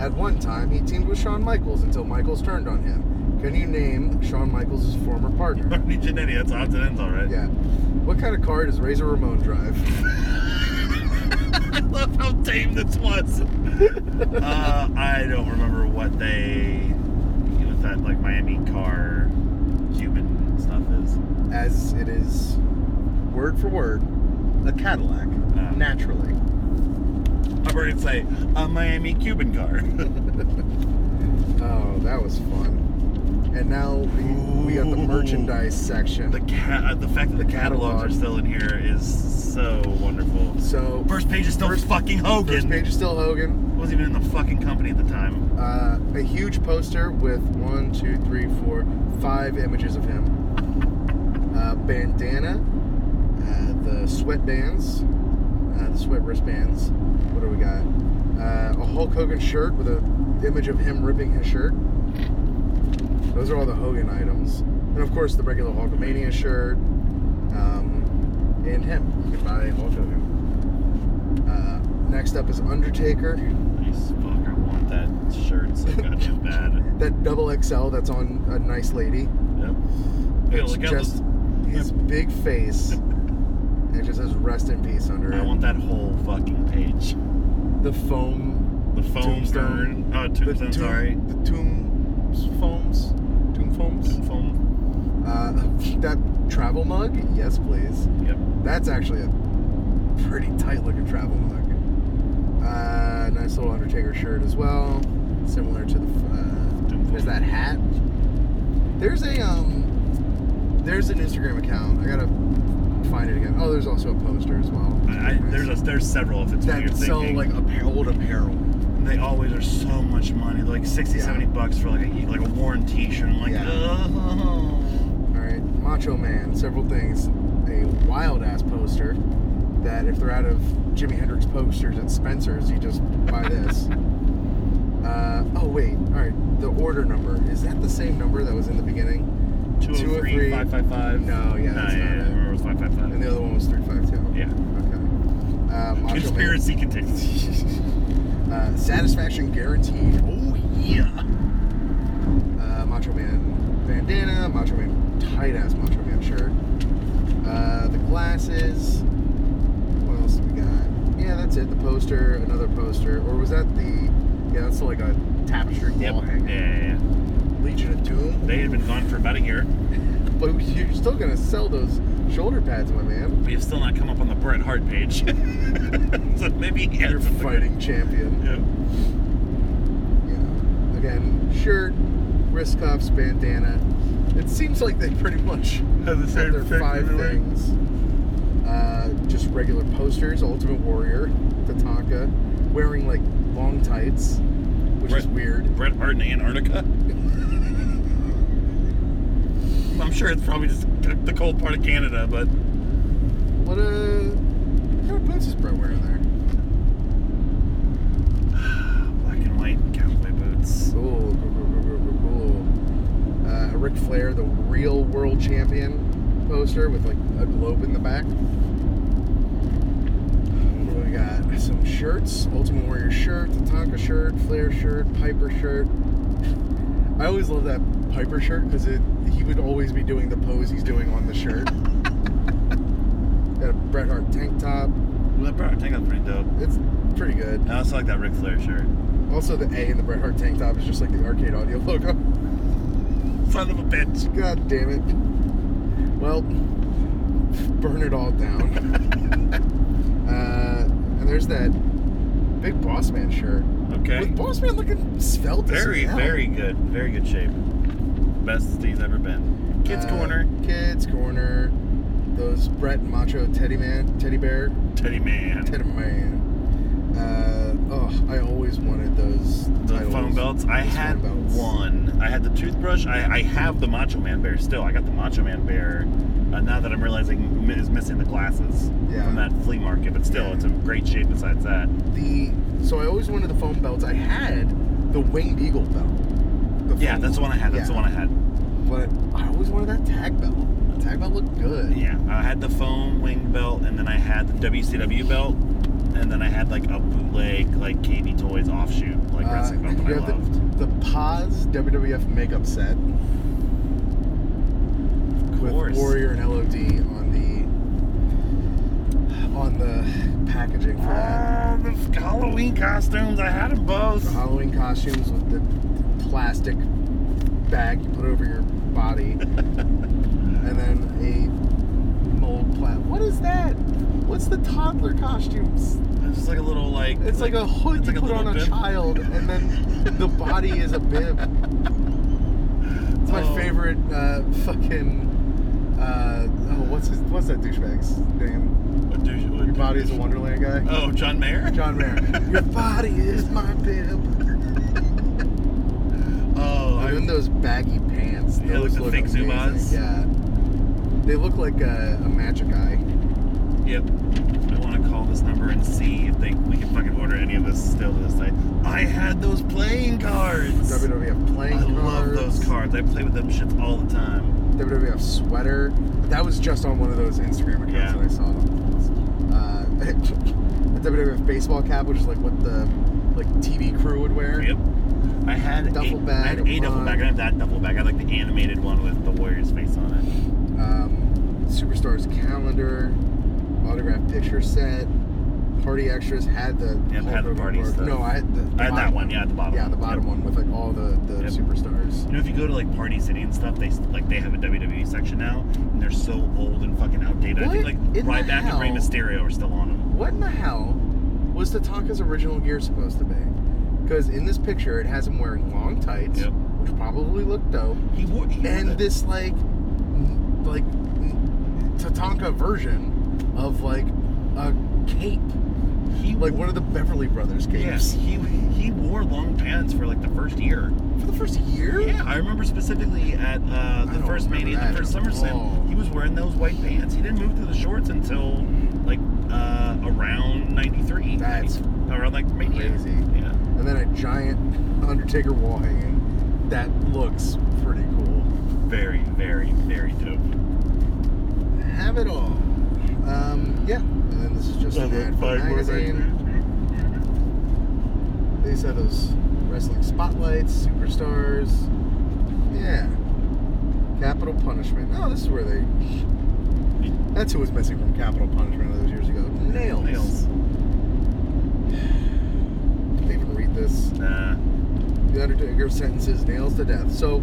S2: At one time, he teamed with Shawn Michaels until Michaels turned on him. Can you name Shawn Michaels' former partner?
S1: Bernie Janetti, that's odds and ends, all right.
S2: Yeah. What kind of car does Razor Ramon drive?
S1: love how tame this was. uh, I don't remember what they what that like Miami car Cuban stuff is.
S2: as it is word for word a Cadillac
S1: Ah.
S2: naturally
S1: I've heard it say a Miami Cuban car.
S2: oh that was fun and now we, we got the
S1: Ooh.
S2: merchandise section
S1: the ca- uh, the fact that the catalogs are still in here is so wonderful.
S2: so
S1: First page is still
S2: First-
S1: fucking Hogan.
S2: first page is still Hogan
S1: Wasn't even in the fucking company at the time.
S2: uh, a huge poster with one, two, three, four, five images of him. Uh, bandana, uh, the sweatbands, uh, the sweat wristbands. What do we got? Uh, a Hulk Hogan shirt with an image of him ripping his shirt. Those are all the Hogan items, and of course the regular Hulkamania shirt, um, and him. You can buy Hulk Hogan. Uh, next up is Undertaker.
S1: Nice fuck. I want that shirt so goddamn bad.
S2: that double XL that's on a nice lady.
S1: Yep. Yo,
S2: It's
S1: look at
S2: just
S1: those-
S2: his big face. and it just says rest in peace under
S1: I
S2: it.
S1: want that whole fucking page.
S2: the foam.
S1: The foam
S2: Tombstone.
S1: burn. Oh, tombstone.
S2: the tomb,
S1: sorry.
S2: The tomb foams. Tomb foams.
S1: Foam.
S2: Uh, that travel mug? Yes, please.
S1: Yep.
S2: That's actually a pretty tight looking travel mug. Uh, nice little Undertaker shirt as well. Similar to the.
S1: Doom
S2: Uh,
S1: Foam.
S2: there's that hat. There's a um. There's an Instagram account. I gotta find it again. Oh, there's also a poster as well.
S1: I, I, there's a, there's several. If it's what you're
S2: that sell
S1: thinking.
S2: like apparel, old apparel.
S1: they always are so much money. They're like 60,
S2: Yeah.
S1: 70 bucks for like a like a worn T-shirt. I'm like,
S2: Yeah.
S1: oh.
S2: All right, Macho Man, several things. A wild ass poster that if they're out of Jimi Hendrix posters at Spencer's, you just buy this. uh, oh, wait. All right, the order number. Is that the same number that was in the beginning?
S1: 203, 555.
S2: oh No, yeah, that's
S1: yeah,
S2: not it.
S1: I remember it was
S2: And
S1: 555.
S2: the other one was 352.
S1: Yeah.
S2: Okay. Uh, Macho
S1: Conspiracy continues.
S2: Man. Uh, satisfaction guaranteed.
S1: Oh yeah.
S2: uh, Macho Man bandana, Macho Man tight ass Macho Man shirt, uh, the glasses. What else do we got? Yeah, that's it. The poster, another poster, or was that the? Yeah, that's like a tapestry
S1: Yep.
S2: wall
S1: Yeah,
S2: hanging.
S1: yeah, yeah.
S2: Legion of Doom.
S1: They had been gone for about a year.
S2: But you're still gonna sell those shoulder pads, my man.
S1: We have still not come up on the Bret Hart page. so maybe
S2: You're
S1: Eric's
S2: fighting champion.
S1: Yeah.
S2: Yeah. Again, shirt, wrist cuffs, bandana. It seems like they pretty much
S1: Have the
S2: There
S1: same
S2: are five
S1: thing.
S2: things. Uh, just regular posters, Ultimate Warrior, Tatanka, wearing like long tights, which is
S1: Right.
S2: weird.
S1: Bret Hart in Antarctica. I'm sure it's probably just the cold part of Canada, but
S2: What a what kind of boots is Brett wearing there?
S1: black and white cowboy boots.
S2: Cool, cool, cool, cool, cool, cool, cool. Uh, Ric Flair, the real world champion poster with like a globe in the back. What do We got some shirts, Ultimate Warrior shirt, Tatanka shirt, Flair shirt, Piper shirt. I always love that Piper shirt because it he would always be doing the pose he's doing on the shirt. got a Bret Hart tank top.
S1: Well, that Bret Hart tank top's pretty dope.
S2: It's pretty good.
S1: I also like that Ric Flair shirt.
S2: Also, the A in the Bret Hart tank top is just like the arcade audio logo.
S1: Son of a bitch.
S2: God damn it. Well, burn it all down. uh, and there's that big boss man shirt.
S1: Okay.
S2: With boss man looking svelte. as
S1: Very,
S2: hell.
S1: very good. Very good shape. Best he's ever been. Kids
S2: Uh,
S1: Corner.
S2: Kids Corner. Those Brett and Macho Teddy Man, Teddy Bear,
S1: Teddy Man.
S2: Teddy Man. Uh, oh, I always wanted those.
S1: the
S2: titles.
S1: foam belts. I
S2: Those
S1: had
S2: foam belts.
S1: one. I had the toothbrush. I, I have the Macho Man bear still. I got the Macho Man bear. Uh, now that I'm realizing mi- is missing the glasses
S2: Yeah.
S1: from that flea market, but still, it's in great shape. Besides that,
S2: The so I always wanted the foam belts. I had the winged eagle belt. The
S1: yeah,
S2: foam
S1: that's the one I had. That's
S2: Yeah.
S1: the one I had.
S2: But I always wanted that tag belt. The tag belt looked good.
S1: Yeah, I had the foam wing belt, and then I had the WCW belt, and then I had like a bootleg like KB Toys offshoot like
S2: Uh,
S1: wrestling belt that
S2: you
S1: I
S2: have
S1: loved.
S2: the, the Paz WWF makeup set
S1: of
S2: with
S1: course.
S2: Warrior and LOD on the on the packaging for that.
S1: Oh, the f- Halloween costumes. I had them both.
S2: The Halloween costumes with the plastic bag you put over your body, and then a mold plat. What is that? What's the toddler costumes?
S1: It's just like a little like.
S2: It's like a hood
S1: it's
S2: you
S1: like a
S2: put
S1: little
S2: on a
S1: bib.
S2: child, and then the body is a bib. It's my
S1: Oh.
S2: favorite uh, fucking. Uh, oh, what's his, what's that douchebag's name?
S1: What douche- what
S2: Your body is
S1: douche-
S2: a Wonderland guy.
S1: Oh, John Mayer.
S2: John Mayer. Your body is my bib.
S1: Oh,
S2: And then
S1: I,
S2: those baggy pants.
S1: Yeah, like
S2: those
S1: the
S2: look
S1: fake
S2: amazing.
S1: Zubas.
S2: Yeah. They look like a, a magic eye.
S1: yep. I want to call this number and see if they we can fucking order any of this still to this day. I had those playing cards.
S2: WWF
S1: I
S2: playing
S1: love those cards. I play with them shits all the time.
S2: WWF E sweater. That was just on one of those Instagram accounts
S1: Yeah.
S2: that I saw. Uh, the WWF baseball cap, which is like what the like TV crew would wear.
S1: Yep. I had
S2: Duffel
S1: a,
S2: bag
S1: I had
S2: of
S1: a duffel
S2: mine.
S1: bag. I have that duffel bag. I like the animated one with the Warriors face on it.
S2: Um, Superstars calendar, autograph picture set, party extras had the.
S1: Yeah,
S2: Hulk
S1: had the
S2: Hogan
S1: party
S2: board.
S1: stuff.
S2: No, I had the.
S1: I had that
S2: bottom-
S1: one. Yeah, at the bottom.
S2: Yeah, the bottom
S1: Yep.
S2: one with like all the the
S1: Yep.
S2: superstars.
S1: You know, if you go to like Party City and stuff, they s- like they have a WWE section now, and they're so old and fucking outdated. I think
S2: What
S1: like
S2: in the
S1: Ryback and Rey
S2: hell?
S1: Mysterio are still on them.
S2: What in the hell was Tataka's original gear supposed to be? Because in this picture, it has him wearing long tights,
S1: Yep.
S2: which probably look dope,
S1: He wore, he wore
S2: and
S1: the-
S2: this like, n- like n- Tatanka version of like a cape,
S1: he
S2: like one of the Beverly Brothers
S1: yes
S2: capes
S1: he he wore long pants for like the first year.
S2: for the first year.
S1: Yeah, I remember specifically at uh,
S2: I
S1: the
S2: don't
S1: first
S2: remember
S1: Mania,
S2: that
S1: the first
S2: at all.
S1: SummerSlam, he was wearing those white pants. He didn't move to the shorts until like uh, around '93.
S2: That's
S1: around like Mania.
S2: crazy.
S1: Yeah.
S2: And then a giant Undertaker wall hanging. That looks pretty cool.
S1: Very, very, very dope.
S2: Have it all. Um, yeah. And then this is just an ad for a magazine. They said those wrestling spotlights, superstars. Yeah. Capital Punishment. Oh, this is where they. That's who was missing from Capital Punishment those years ago. Nails.
S1: Nails.
S2: They even read this.
S1: Nah.
S2: The Undertaker sentences nails to death. So,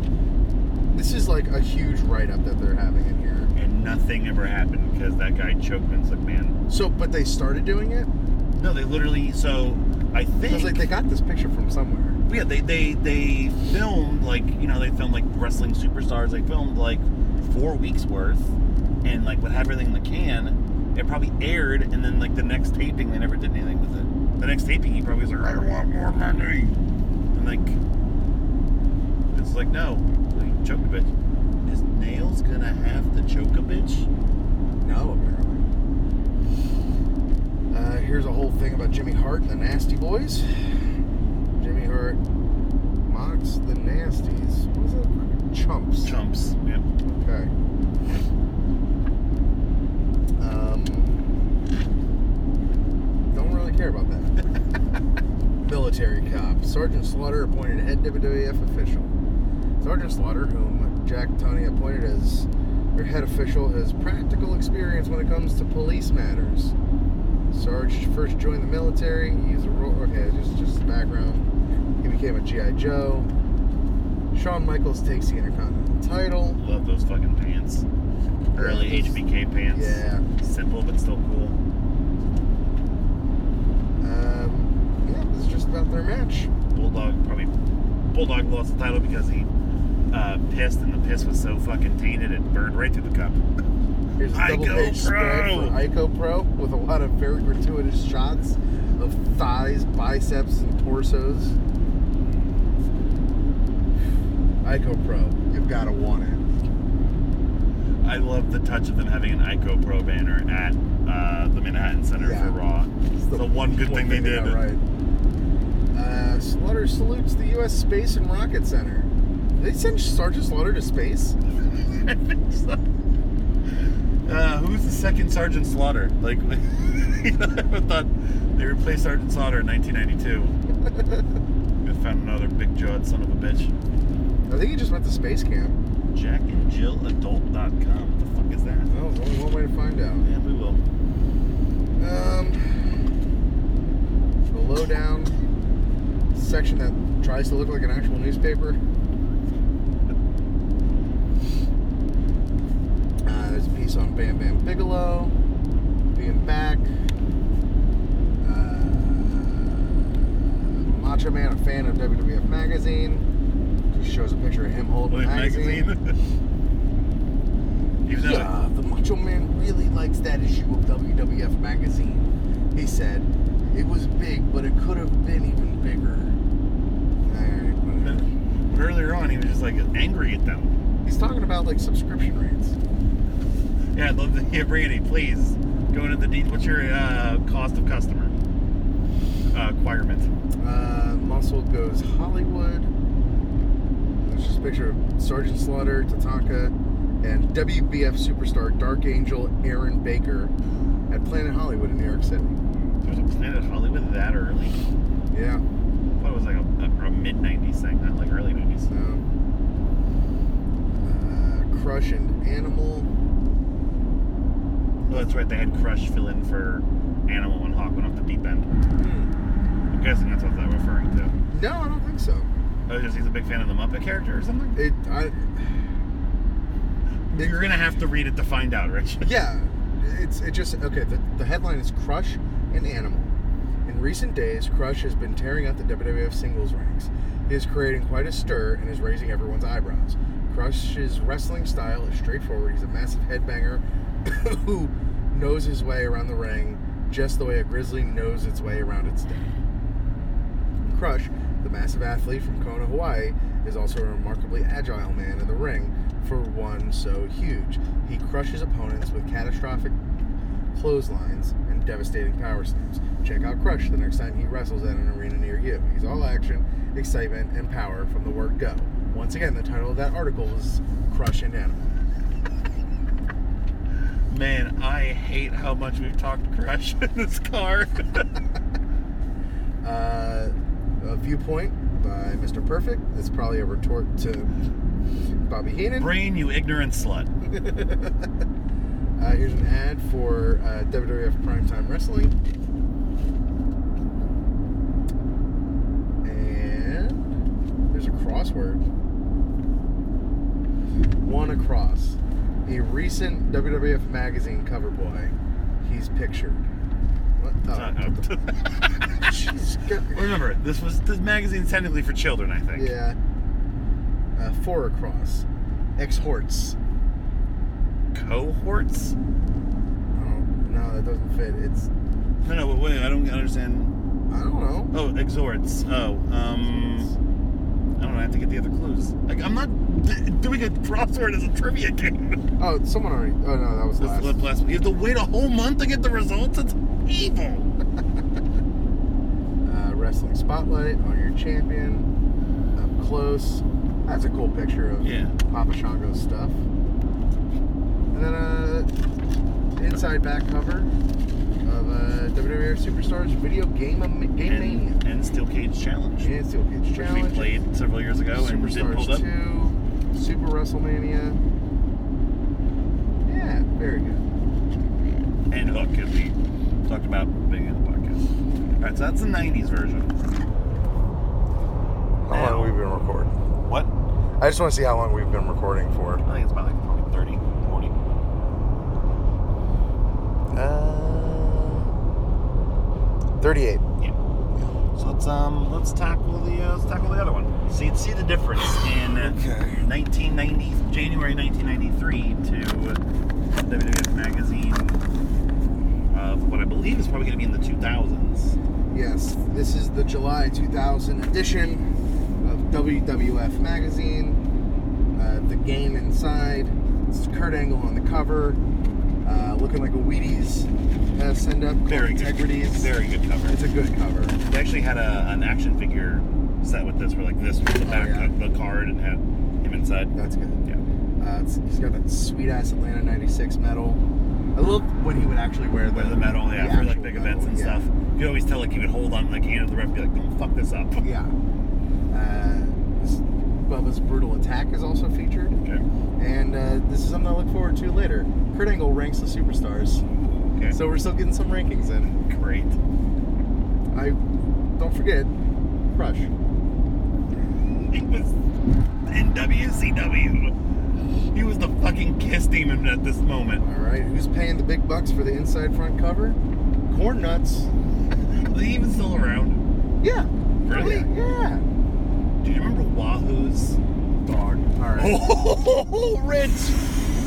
S2: this is like a huge write up that they're having in here.
S1: and nothing ever happened because that guy choked Vince McMahon.
S2: So, but they started doing it?
S1: No, they literally. So I think
S2: I was like, they got this picture from somewhere.
S1: yeah, they they they filmed like you know they filmed like wrestling superstars. They filmed like four weeks worth, and like would have everything in the can. It probably aired, and then like the next taping, they never did anything with it. The next taping, he probably was like, I want more money, and like it's like no, he choked a bitch. Is Nails gonna have to choke a bitch?
S2: No, apparently. Uh, here's a whole thing about Jimmy Hart and the Nasty Boys. Jimmy Hart mocks the Nasties. What is that? Chumps.
S1: Chumps. Yep.
S2: Okay. Um, don't really care about that. Military cop. Sergeant Slaughter appointed head WWF official. Sergeant Slaughter, whom Jack Tunney appointed as their head official, has practical experience when it comes to police matters. Sarge first joined the military. He's a ro- okay, just just background. He became a GI Joe. Shawn Michaels takes the Intercontinental title.
S1: Love those fucking pants. Early
S2: Yeah, those-
S1: HBK pants.
S2: Yeah.
S1: Simple but still cool.
S2: Um, yeah, this is just about their match.
S1: Bulldog probably Bulldog lost the title because he uh, pissed and the piss was so fucking tainted it burned right through the cup.
S2: Here's a
S1: Ico
S2: double page spread for
S1: Pro.
S2: Ico Pro with a lot of very gratuitous shots of thighs, biceps, and torsos. Ico Pro, you've got to want it.
S1: I love the touch of them having an Ico Pro banner at uh, the Manhattan Center
S2: Yeah.
S1: for Raw. It's the, one good thing they did.
S2: got right. Uh, Slaughter salutes the U.S. Space and Rocket Center. Did they send Sergeant Slaughter to space?
S1: I think so. Uh, who's the second Sergeant Slaughter? Like, you know, I thought they replaced Sergeant Slaughter in 1992. I found another big jawed son of a bitch.
S2: I think he just went to space camp.
S1: Jack and Jill Adult.com. What the fuck is that?
S2: That was only one way to find out.
S1: Yeah, we will.
S2: Um, the lowdown section that tries to look like an actual newspaper. Uh, there's a piece on Bam Bam Bigelow being back. Uh, Macho Man, a fan of WWF magazine, just shows a picture of him holding
S1: Like
S2: a magazine.
S1: magazine. Even though
S2: Yeah, the Macho Man really likes that issue of WWF magazine. He said, "It was big, but it could have been even bigger." Alright, whatever.
S1: but earlier on he was just like angry at them.
S2: He's talking about like subscription rates.
S1: Yeah, I'd love to hear Brandy, please. Go into the deep. What's your uh, cost of customer uh, acquirement?
S2: Uh, muscle goes Hollywood. There's just a picture of Sergeant Slaughter, Tatanka, and WBF superstar Dark Angel Aaron Baker at Planet Hollywood in New York City.
S1: There's a Planet Hollywood that early.
S2: Yeah.
S1: I thought it was like a, a, mid '90s thing, not like early Oh, '90s.
S2: So, uh, Crush and Animal.
S1: Oh, that's right. They had Crush fill in for Animal when Hawk went off the deep end. I'm guessing that's what they're referring to.
S2: No, I don't think so.
S1: Oh, just he's a big fan of the Muppet character or something?
S2: It. I. it-
S1: You're gonna have to read it to find out, Rich.
S2: Yeah, it's it just okay. The, the headline is Crush and Animal. In recent days, Crush has been tearing up the WWF singles ranks. He is creating quite a stir and is raising everyone's eyebrows. Crush's wrestling style is straightforward. He's a massive headbanger who knows his way around the ring just the way a grizzly knows its way around its den. Crush, the massive athlete from Kona, Hawaii, is also a remarkably agile man in the ring for one so huge. He crushes opponents with catastrophic clotheslines and devastating power slams. Check out Crush the next time he wrestles at an arena near you. He's all action, excitement, and power from the word go. Once again, the title of that article is Crush and Animal.
S1: Man, I hate how much we've talked Crush in this car.
S2: Uh, a viewpoint by Mr. Perfect. It's probably a retort to Bobby Heenan.
S1: Brain, you ignorant slut.
S2: Uh, here's an ad for uh, WWF Primetime Wrestling. And there's a crossword. One across. A recent WWF magazine cover boy. He's pictured. What the? Jeez, God.
S1: Remember, this was this magazine's technically for children, I think.
S2: yeah. Uh, four across. Exhorts.
S1: Cohorts?
S2: Oh, no, that doesn't fit. It's.
S1: No, no, but wait, I don't understand.
S2: I don't know.
S1: Oh, exhorts. Oh, um, I don't know. I have to get the other clues. Like, I'm not d- doing a crossword as a trivia game.
S2: Oh, someone already. Oh no, that was
S1: This
S2: last.
S1: is last You have to wait a whole month to get the results. It's evil.
S2: uh, wrestling spotlight on your champion up close. That's a cool picture of
S1: Yeah.
S2: Papa Shango's stuff. And then a inside back cover of uh, WWF Superstars Video Game Am- Game Mania
S1: And, and Steel Cage Challenge.
S2: and Steel Cage
S1: Which we
S2: Challenge,
S1: played several years ago and did
S2: Superstars
S1: pulled up.
S2: Two, Super WrestleMania. Yeah, very good.
S1: and Hook, as we talked about being in the podcast. All right, so that's the '90s version. How long have we
S2: been recording?
S1: What?
S2: I just want to see how long we've been recording for.
S1: I think it's about like probably 30, 40.
S2: Uh, 38.
S1: Yeah. So let's um let's tackle the uh, let's tackle the other one. See see the difference in uh,
S2: Okay.
S1: 1990 January 1993 to WWF magazine of what I believe is probably going to be in the 2000s.
S2: Yes, this is the July 2000 edition of WWF Magazine. Uh, the game inside. It's Kurt Angle on the cover, uh, looking like a Wheaties uh, send up. called
S1: Very good.
S2: Integrities.
S1: Very good cover.
S2: It's a good cover.
S1: They actually had a, an action figure set with this, where like this was the back
S2: yeah.
S1: of the card and had him inside.
S2: That's good.
S1: Yeah.
S2: Uh, it's, he's got that sweet ass Atlanta 96 medal. I love when he would actually wear the,
S1: With the medal, yeah,
S2: the
S1: for like
S2: actual
S1: big
S2: medal,
S1: events and
S2: yeah.
S1: stuff. You could always tell like he would hold on like hand of the ref, be like, "Don't fuck this up."
S2: Yeah. Uh, this, Bubba's brutal attack is also featured,
S1: Okay.
S2: and uh, this is something I look forward to later. Kurt Angle ranks the superstars.
S1: Okay.
S2: So we're still getting some rankings in.
S1: great.
S2: I don't forget, Crush.
S1: He was in WCW. He was the fucking kiss demon at this moment.
S2: All right, who's paying the big bucks for the inside front cover? Corn nuts.
S1: Is he even still around?
S2: Yeah.
S1: Really?
S2: Yeah.
S1: Do you remember Wahoo's?
S2: Dog. All right.
S1: Oh, Rich!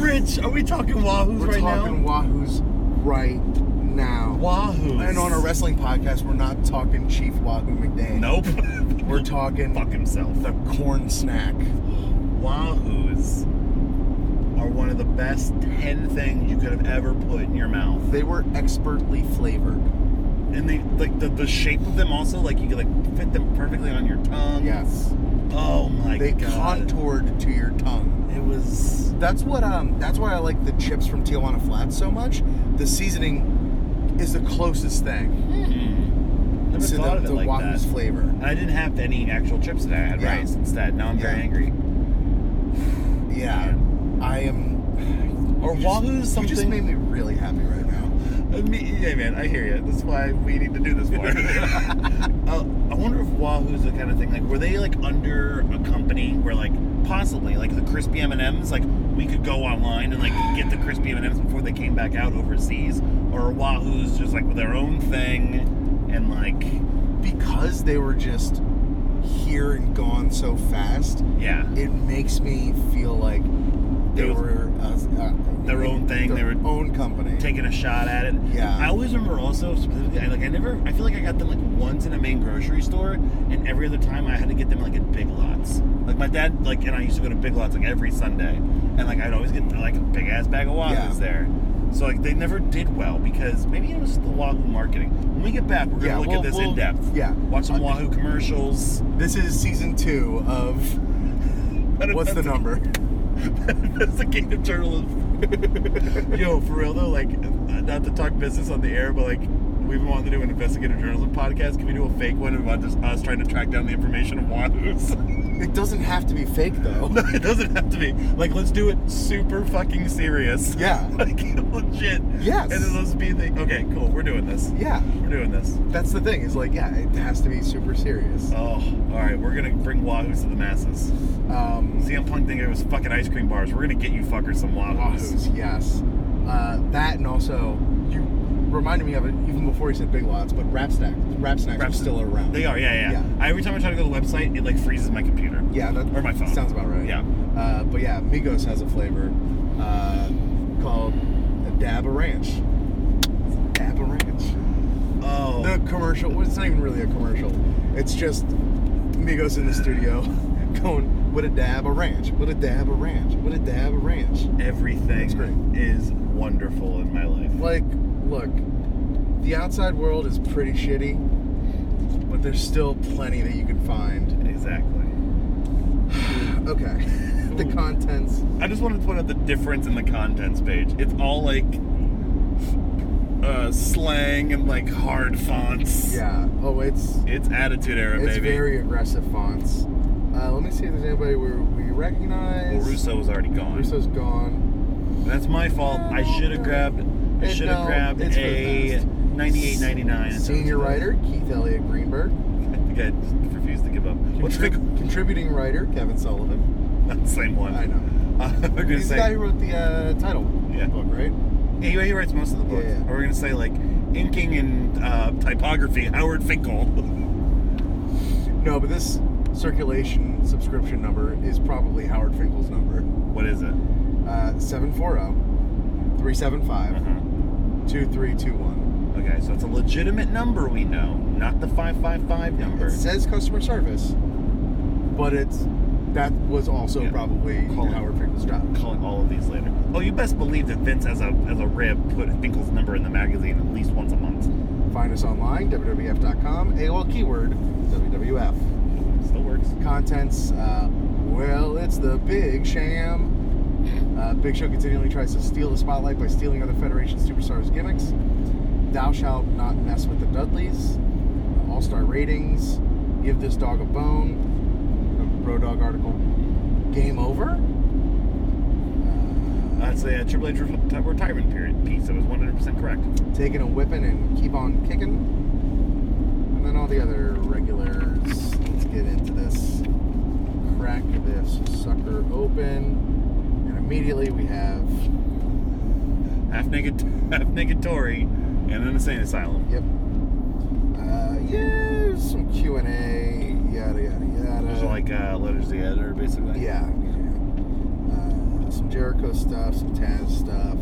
S1: Rich! Are we talking Wahoo's
S2: We're
S1: right
S2: talking
S1: now?
S2: Wahoos right now.
S1: Wahoo's.
S2: And on a wrestling podcast, we're not talking Chief Wahoo McDane.
S1: Nope.
S2: We're talking
S1: Fuck himself.
S2: the corn snack.
S1: Wahoos are one of the best 10 things you could have ever put in your mouth.
S2: They were expertly flavored.
S1: And they like the, the shape of them also, like you could like fit them perfectly on your tongue.
S2: Yes.
S1: Oh my
S2: they
S1: god.
S2: contoured to your tongue.
S1: It was
S2: That's what um that's why I like the chips from Tijuana Flats so much. The seasoning is the closest thing
S1: mm, never
S2: to
S1: thought
S2: the,
S1: of it
S2: the
S1: like
S2: Wahoo's
S1: that.
S2: flavor.
S1: And I didn't have any actual chips today. I had
S2: Yeah.
S1: rice instead. Now I'm very
S2: Yeah.
S1: angry.
S2: Yeah. I am
S1: Or
S2: you just-
S1: Wahoo's something.
S2: You just made me really happy right now.
S1: I mean, yeah, man, I hear you. That's why we need to do this more. uh, I wonder if Wahoo's the kind of thing like were they like under a company where like possibly like the crispy M and M's like we could go online and like get the crispy M and M's before they came back out overseas, or Wahoo's just like their own thing and like
S2: Because they were just here and gone so fast,
S1: yeah
S2: it makes me feel like they
S1: It was
S2: were uh, uh,
S1: their own thing. They
S2: their
S1: were
S2: own company.
S1: taking a shot at it.
S2: Yeah.
S1: I always remember also specifically I, like I never I feel like I got them like once in a main grocery store and every other time I had to get them like at Big Lots. Like my dad like and I used to go to Big Lots like every Sunday and like I'd always get like a big ass bag of Wahoo's
S2: Yeah.
S1: there. So like they never did well because maybe it was the Wahoo marketing. When we get back, we're gonna
S2: Yeah,
S1: look
S2: we'll-
S1: at this
S2: we'll-
S1: in depth.
S2: yeah.
S1: Watch some Wahoo commercials.
S2: This is season two of what's the number?
S1: investigative journalism. Yo, for real though, like, not to talk business on the air, but like, we've been wanting to do an investigative journalism podcast. Can we do a fake one about just us trying to track down the information of Wahoo's?
S2: It doesn't have to be fake though.
S1: no, it doesn't have to be. Like, let's do it super fucking serious.
S2: Yeah.
S1: Like, legit.
S2: Yes.
S1: And then let's be the. Okay, cool. We're doing this.
S2: Yeah.
S1: We're doing this.
S2: That's the thing. Is like, yeah, it has to be super serious.
S1: Oh, all right. We're gonna bring Wahoo's to the masses.
S2: Um,
S1: CM Punk thinking it was fucking ice cream bars. We're gonna get you fuckers some Wahoo's.
S2: Wahoos, yes. Uh, that and also you reminded me of it even before you said Big Lots, but Rap Snack, Rap Snacks are
S1: Rap-
S2: still around.
S1: They are, yeah, yeah.
S2: Yeah.
S1: I, every time I try to go to the website, it like freezes my computer.
S2: Yeah, that
S1: Or my phone.
S2: sounds about right.
S1: Yeah.
S2: Uh, but yeah, Migos has a flavor uh, called a Dab a Ranch. Dab a Ranch.
S1: Oh.
S2: The commercial. Well, it's not even really a commercial. It's just Migos in the studio going, "What a dab a ranch! What a dab a ranch! What a dab a ranch!"
S1: Everything
S2: That's great.
S1: is wonderful in my life.
S2: Like, look, the outside world is pretty shitty, but there's still plenty that you can find.
S1: Exactly.
S2: Okay, the contents.
S1: I just wanted to point out the difference in the contents page. It's all like uh, slang and like hard fonts.
S2: Yeah. Oh, it's
S1: It's attitude era,
S2: it's
S1: baby.
S2: very aggressive fonts. Uh, let me see if there's anybody we, we recognize.
S1: well, Russo was already gone.
S2: Russo's gone.
S1: That's my fault. I should have grabbed. I
S2: It-
S1: should have
S2: no,
S1: grabbed
S2: it's for the
S1: a
S2: best.
S1: 98.99.
S2: Senior writer Keith Elliott Greenberg.
S1: I think I just refused to give up. What's the
S2: Contrib- contributing writer Kevin Sullivan.
S1: Not the same one.
S2: I know.
S1: Uh, we're gonna
S2: He's the guy
S1: say
S2: who wrote the uh, title
S1: Yeah.
S2: book, right?
S1: he, he writes most of the books.
S2: Yeah, yeah.
S1: Or We're gonna say like inking and uh, typography. Howard Finkel.
S2: No, but this circulation subscription number is probably Howard Finkel's number.
S1: what is it?
S2: Uh, 740-375-2321.
S1: Uh-huh. Okay, so it's a legitimate number we know, not the five five five number.
S2: It says customer service, but it's that was also
S1: Yeah.
S2: probably
S1: Call it.
S2: Howard Finkel's job.
S1: Calling all of these later. Oh, you best believe that Vince, as a as a rib, put Finkel's number in the magazine at least once a month.
S2: Find us online, WWF.com, AOL keyword, WWF.
S1: Still works.
S2: contents. Uh, well, it's the Big Sham. Uh, Big Show continually tries to steal the spotlight by stealing other Federation superstars' gimmicks. Thou shalt not mess with the Dudleys. All star ratings. Give this dog a bone. A Bro Dog article. Game over. Uh,
S1: That's a, Triple H re- retirement period piece. I was 100% correct.
S2: Taking a whipping and keep on kicking. And then all the other regulars. Let's get into this. Crack this sucker open. And immediately we have,
S1: Half naked, half naked Tory, and an insane asylum.
S2: yep. Uh, yeah, some Q&A, yada, yada, yada.
S1: Those are like uh, letters to the editor, basically.
S2: Yeah. yeah. Uh, some Jericho stuff, some Taz stuff.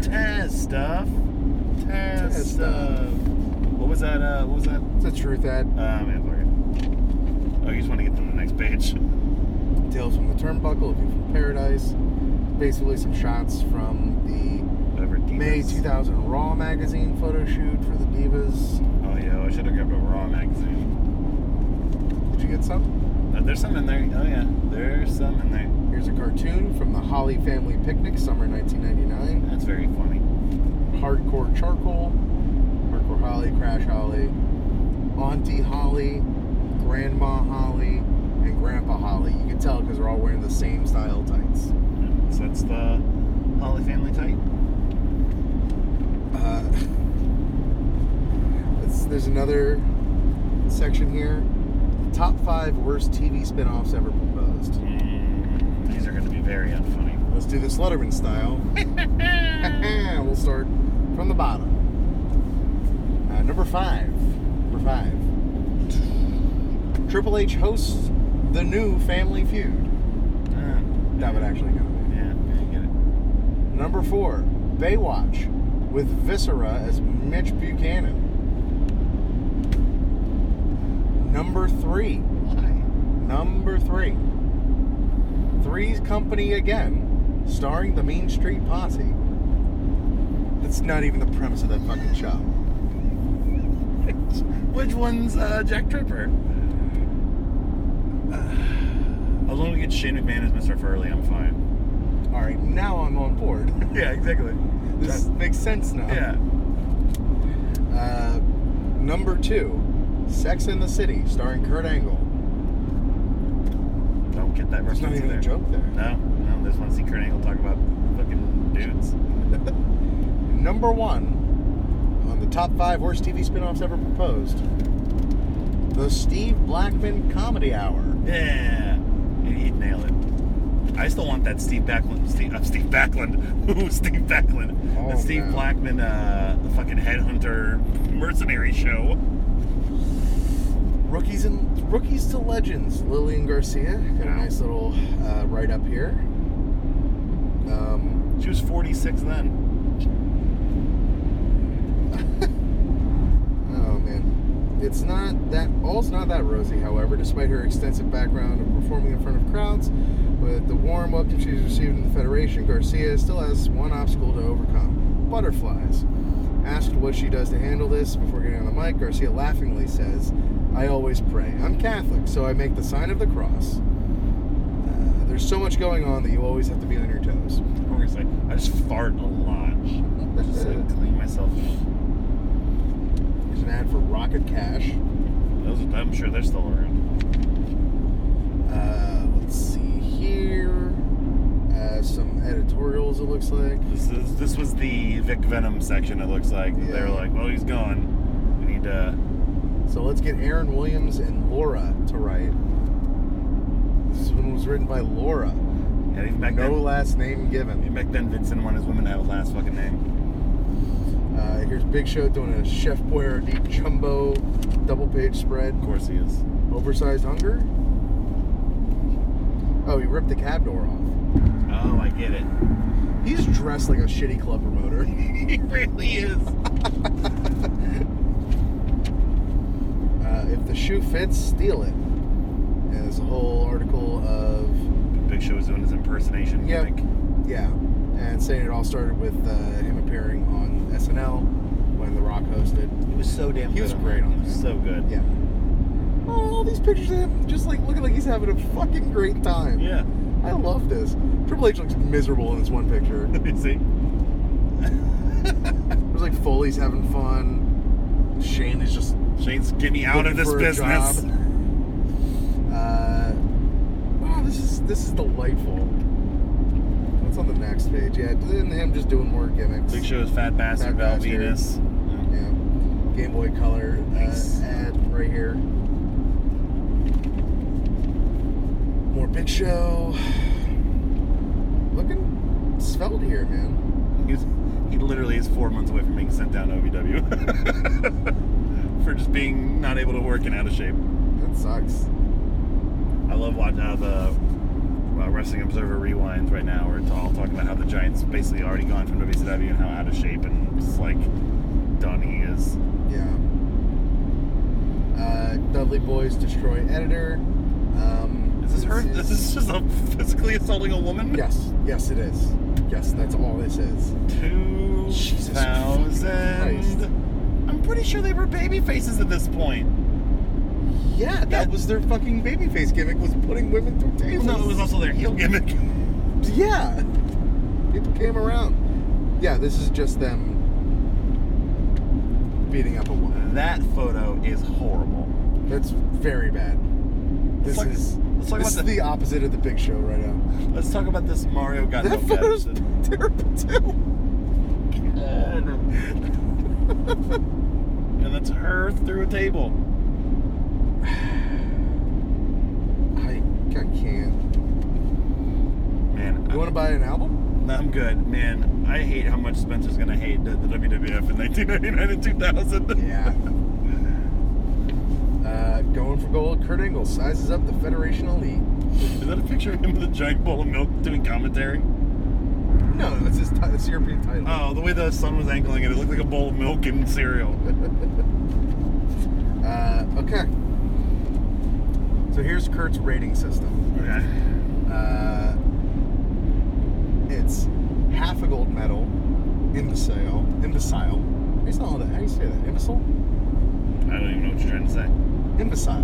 S1: Taz stuff. Taz,
S2: Taz stuff.
S1: stuff. What was that? Uh, what was that?
S2: It's a truth ad.
S1: Uh, man, sorry. Oh, you just want to get to the next page.
S2: Tales from the Turnbuckle, A View from Paradise. Basically, some shots from
S1: Whatever.
S2: the May
S1: Divas.
S2: 2000 Raw magazine photo shoot for the Divas.
S1: Oh yeah, I should have grabbed a Raw magazine.
S2: Did you get some?
S1: Uh, there's some in there. Oh yeah, there's some in there.
S2: Here's a cartoon from the Holly Family Picnic, summer 1999.
S1: That's very funny.
S2: Hardcore Charcoal, Hardcore Holly, Crash Holly, Auntie Holly, Grandma Holly, and Grandpa Holly. You can tell because they're all wearing the same style tights.
S1: So that's the Holly family tight.
S2: Uh, it's, there's another section here. Top five worst TV spin-offs ever proposed.
S1: Mm, these are going to be very unfunny.
S2: Let's do this Letterman style. we'll start from the bottom. Uh, number five. Number five. Triple H hosts the new Family Feud.
S1: Uh,
S2: That would actually go.
S1: Yeah, I get it.
S2: Number four. Baywatch with Viscera as Mitch Buchanan. Number three.
S3: Why?
S2: Number three. Three's Company again, starring the Mean Street Posse. That's not even the premise of that fucking show.
S1: Which one's uh, Jack Tripper? Uh, as long as we get Shane McMahon as Mr. Furley, I'm fine.
S2: All right, now I'm on board.
S1: Yeah, exactly.
S2: This makes sense now.
S1: yeah.
S2: Uh, number two, Sex in the City, starring Kurt Angle.
S1: Don't get that
S2: There's
S1: reference
S2: not even
S1: either.
S2: a joke there.
S1: No, no, there's one secret angle talk about fucking dudes.
S2: Number one on the top five worst TV spin-offs ever proposed, the Steve Blackman Comedy Hour.
S1: Yeah, he- he'd nail it. I still want that Steve Backlund. Steve, uh, Steve Backlund. Ooh, Steve Backlund.
S2: Oh,
S1: that Steve
S2: man.
S1: Blackman, uh, the fucking headhunter mercenary show.
S2: Rookies and rookies to legends. Lillian Garcia got a nice little uh, write up here. Um,
S1: She was 46 then.
S2: oh man, it's not that all's not that rosy. However, despite her extensive background of performing in front of crowds, with the warm welcome she's received in the Federation, Garcia still has one obstacle to overcome: butterflies. Asked what she does to handle this before getting on the mic, Garcia laughingly says, "I always pray. I'm Catholic, so I make the sign of the cross." Uh, There's so much going on that you always have to be on your toes.
S1: What were you gonna say? I just fart a lot. Just like clean myself. up.
S2: There's an ad for Rocket Cash.
S1: Those, I'm sure they're still around.
S2: Uh, let's see here. Uh, some editorials, it looks like.
S1: This is this was the Vic Venom section. It looks like they were
S2: Yeah.
S1: like, well, he's gone. We need to.
S2: So let's get Aaron Williams and Laura to write. This one was written by Laura.
S1: Yeah, even back
S2: no
S1: then,
S2: last name
S1: even
S2: given.
S1: back then, Vincent wanted his women to have a last fucking name.
S2: Uh, here's Big Show doing a Chef Boyardee jumbo double page spread.
S1: Of course, he is.
S2: Oversized hunger. Oh, he ripped the cab door off.
S1: Oh, I get it.
S2: He's dressed like a shitty club promoter.
S1: He really is.
S2: Uh, if the shoe fits, steal it. And there's a whole article of
S1: Big Show was doing his impersonation.
S2: Yeah.
S1: gimmick.
S2: yeah, and saying it all started with uh, him appearing on SNL when The Rock hosted.
S1: He was so damn.
S2: He was
S1: good
S2: great
S1: that.
S2: on
S1: He was
S2: that.
S1: So good.
S2: Yeah. Oh, all these pictures of him just like looking like he's having a fucking great time.
S1: Yeah.
S2: I love this. Triple H looks miserable in this one picture.
S1: You See,
S2: There's like Foley's having fun. Shane is just
S1: Shane's get me out of
S2: looking
S1: this
S2: for a
S1: business.
S2: job. Uh, wow, this is this is delightful. Let's That's on the next page. Yeah, and him just doing more gimmicks.
S1: Big Show's Fat Bastard,
S2: Fat
S1: Val
S2: Bastard.
S1: Venus.
S2: Yeah. Game Boy Color
S1: Nice.
S2: uh, ad right here. More Big Show. Looking svelte here, man.
S1: He's, he literally is four months away from being sent down to OVW for just being not able to work and out of shape.
S2: That sucks.
S1: I love watching how the uh, Wrestling Observer rewinds right now. We're all talking about how the Giants basically already gone from WCW and how out of shape and just like done he is.
S2: Yeah. Uh, Dudley Boys Destroy Editor. Um,
S1: Is this her? Is this just a physically assaulting a woman?
S2: Yes. Yes, it is. Yes, that's all this is.
S1: Two
S2: Jesus
S1: thousand. I'm pretty sure they were baby faces at this point.
S2: Yeah, that
S1: Yeah.
S2: was their fucking babyface gimmick was putting women through
S1: Well,
S2: tables.
S1: no, it was also their heel gimmick.
S2: Yeah. People came around. Yeah, this is just them beating up a woman.
S1: That photo is horrible.
S2: That's very bad. This
S1: Let's talk-
S2: is
S1: let's talk
S2: this is
S1: about
S2: the,
S1: the-
S2: opposite of the big show right now.
S1: Let's talk about this Mario got
S2: that
S1: no
S2: photo's
S1: guts.
S2: terrible too.
S1: and that's her through a table.
S2: I, I can't.
S1: Man,
S2: You want to buy an album?
S1: No, I'm good, man. I hate how much Spencer's gonna hate the, the WWF in 1999 and 2000.
S2: Yeah. uh, going for gold. Kurt Angle sizes up the Federation Elite.
S1: Is that a picture of him with a giant bowl of milk doing commentary?
S2: No, that's his. T- that's European title.
S1: Oh, the way the sun was angling it, it looked like a bowl of milk and cereal.
S2: Uh, okay. So here's Kurt's rating system.
S1: Okay.
S2: Uh, it's half a gold medal, imbecile, imbecile. It's not all that. How do you say that? Imbecile,
S1: I don't even know what you're trying to
S2: imbecile,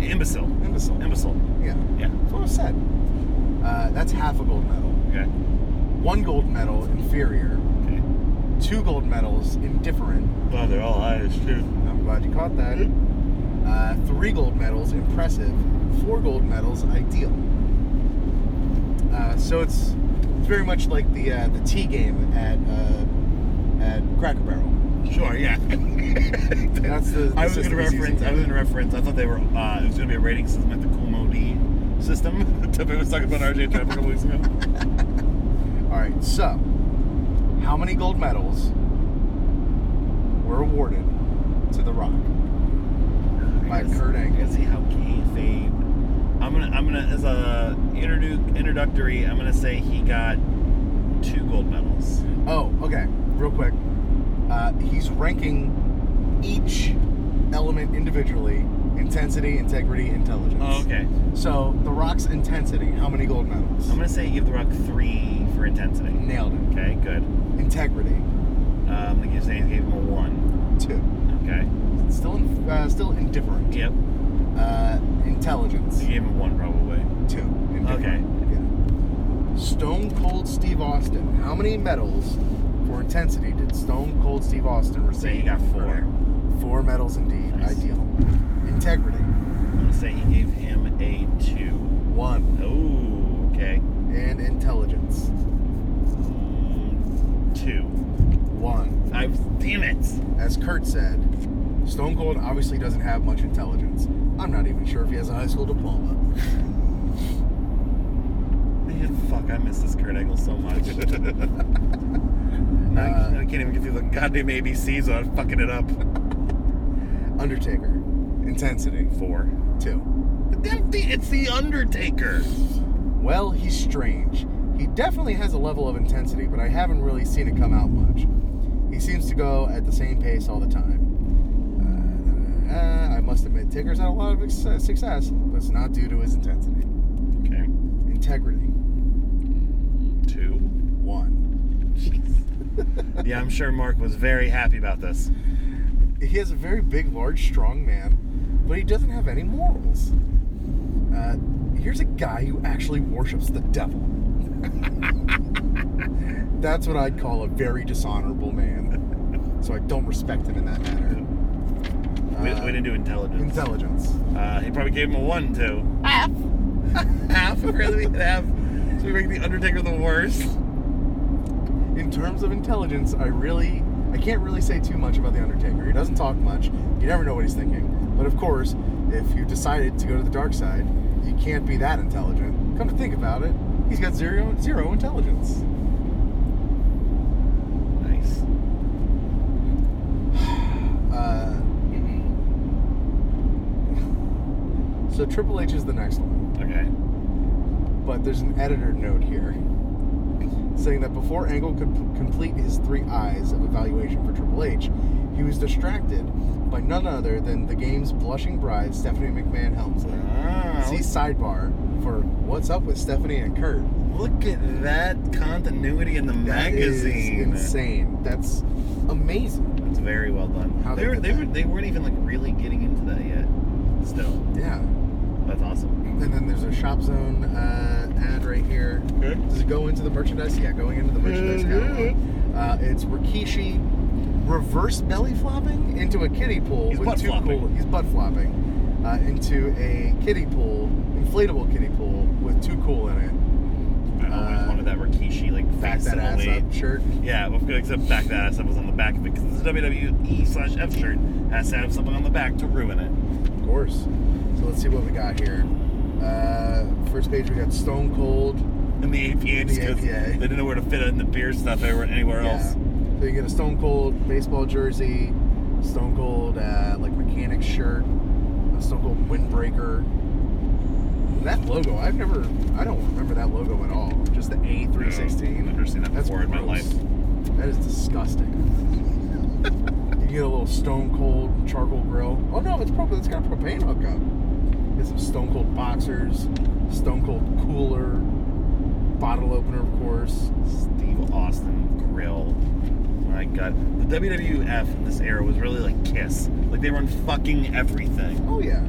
S1: say. Imbecile.
S2: imbecile.
S1: Imbecile.
S2: yeah,
S1: Yeah.
S2: that's what I said. Uh, that's half a gold medal.
S1: Okay.
S2: One gold medal, inferior.
S1: Okay.
S2: Two gold medals, indifferent.
S1: Wow, they're all Irish too.
S2: I'm glad you caught that. Uh, three gold medals, impressive. Four gold medals, ideal. Uh, so it's it's very much like the uh, the tea game at uh, at Cracker Barrel.
S1: Sure. Yeah.
S2: That's the. the
S1: I was gonna
S2: system he's
S1: reference.
S2: using.
S1: I was gonna reference. I thought they were. Uh, it was gonna be a rating system like the Kumo D system. Tippett was talking about RJ Trap a couple weeks ago.
S2: All right. So, how many gold medals were awarded to The Rock? by
S1: Because-
S2: Kurt Angle.
S1: because See how kayfabe. I'm gonna, I'm gonna, as a introdu- introductory, I'm gonna say he got two gold medals.
S2: Oh, okay. Real quick. Uh, he's ranking each element individually intensity, integrity, intelligence.
S1: Oh, okay.
S2: So, The Rock's intensity, how many gold medals?
S1: I'm gonna say give the Rock three for intensity.
S2: Nailed it.
S1: Okay, good.
S2: Integrity,
S1: Uh, I'm gonna give say he gave him a one.
S2: two.
S1: Okay.
S2: Still, in, uh, still indifferent.
S1: Yep.
S2: Uh, intelligence,
S1: He gave him one probably.
S2: two. Indifferent. Yeah. Stone Cold Steve Austin, how many medals for intensity did Stone Cold Steve Austin receive?
S1: Say he got four.
S2: Four medals indeed.
S1: Nice.
S2: Ideal. Integrity,
S1: I'm gonna say he gave him a two.
S2: one.
S1: Oh, okay.
S2: and intelligence.
S1: Mm, Two.
S2: One.
S1: I damn it.
S2: As Kurt said, Stone Cold obviously doesn't have much intelligence. I'm not even sure if he has a high school diploma.
S1: Man, fuck, I miss this Kurt Angle so much. I, I can't even get through the goddamn ABCs without fucking it up.
S2: Undertaker. Intensity.
S1: Four.
S2: Two.
S1: But then the- it's The Undertaker.
S2: Well, he's strange. He definitely has a level of intensity, but I haven't really seen it come out much. He seems to go at the same pace all the time. Uh, I must admit, Taker's had a lot of ex- success, but it's not due to his intensity.
S1: Okay.
S2: Integrity.
S1: Two.
S2: One.
S1: Yeah, I'm sure Mark was very happy about this.
S2: he has a very big, large, strong man, but he doesn't have any morals. Uh, here's a guy who actually worships the devil. That's what I'd call a very dishonorable man. So I don't respect him in that manner.
S1: We,
S2: Uh,
S1: we didn't do intelligence.
S2: Intelligence.
S1: Uh, he probably gave him a one, too. Half. half? Apparently we could have. So we make The Undertaker the worst.
S2: in terms of intelligence, I really, I can't really say too much about the Undertaker. He doesn't talk much. You never know what he's thinking. But of course, if you decided to go to the dark side, you can't be that intelligent. Come to think about it, he's got zero zero intelligence.
S1: Nice.
S2: Uh, so Triple H is the next one.
S1: Okay.
S2: but there's an editor note here saying that before Angle could p- complete his three eyes of evaluation for Triple H, he was distracted by none other than the game's blushing bride, Stephanie McMahon Helmsley.
S1: Ah,
S2: See sidebar for what's up with Stephanie and Kurt.
S1: look at that continuity in the
S2: That is
S1: magazine.
S2: insane. That's amazing.
S1: That's very well done.
S2: How
S1: they
S2: they
S1: were,
S2: did
S1: they, were,
S2: that.
S1: they weren't even like really getting into that yet. Still,
S2: Yeah.
S1: that's awesome.
S2: And then there's a Shop Zone uh, ad right here.
S1: Okay.
S2: Does it go into the merchandise? Yeah, going into the merchandise catalog.
S1: Mm-hmm.
S2: Uh, it's Rikishi reverse belly flopping into a kiddie pool
S1: He's
S2: with
S1: butt
S2: two
S1: flopping.
S2: cool. He's butt flopping uh, into a kiddie pool, inflatable kiddie pool with two cool in it.
S1: I always
S2: Uh,
S1: wanted that Rikishi like
S2: Back that ass
S1: facsimile.
S2: up shirt.
S1: Yeah, well, except back that ass up was on the back of it because the WWE slash F shirt has to have something on the back to ruin it.
S2: Of course. So let's see what we got here. Uh, first page we got Stone Cold.
S1: And the APA
S2: And
S1: just
S2: the
S1: goes,
S2: APA.
S1: they didn't know where to fit it in the beer stuff anywhere, anywhere else.
S2: Yeah. So you get a Stone Cold baseball jersey, Stone Cold uh, like mechanic shirt, a Stone Cold windbreaker. That logo, I've never, I don't remember that logo at all. Just the A three
S1: No, I've
S2: sixteen.
S1: never seen that
S2: That's
S1: before in my life.
S2: gross. That is disgusting. you get a little Stone Cold charcoal grill. Oh no, it's probably it's got a propane hookup. Get some Stone Cold boxers, Stone Cold cooler, bottle opener of course.
S1: Steve Austin grill. My God, the WWF in this era was really like Kiss. Like they were on fucking everything.
S2: Oh yeah,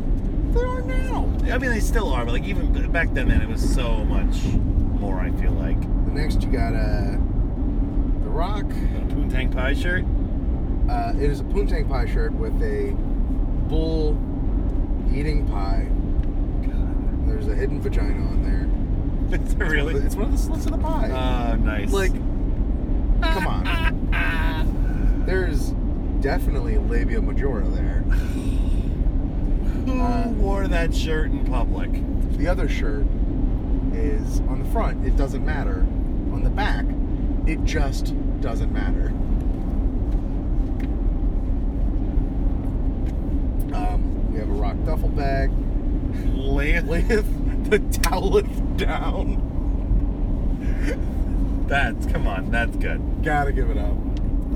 S2: they are now.
S1: I mean, they still are, but like even b- back then, man, it was so much more. I feel like
S2: The next you got uh, The Rock.
S1: a poontang pie shirt.
S2: Uh, it is a poontang pie shirt with a bull eating pie.
S1: God,
S2: There's a hidden vagina on there.
S1: it's really.
S2: It's one of the slits of the
S1: Oh,
S2: pie.
S1: nice.
S2: like, come on. There's definitely labia majora there.
S1: who
S2: uh,
S1: wore that shirt in public?
S2: The other shirt is on the front. It doesn't matter. On the back, it just doesn't matter. Um, we have a rock duffel bag.
S1: Lance,
S2: layeth the toweleth down.
S1: that's come on, that's good.
S2: Gotta give it up.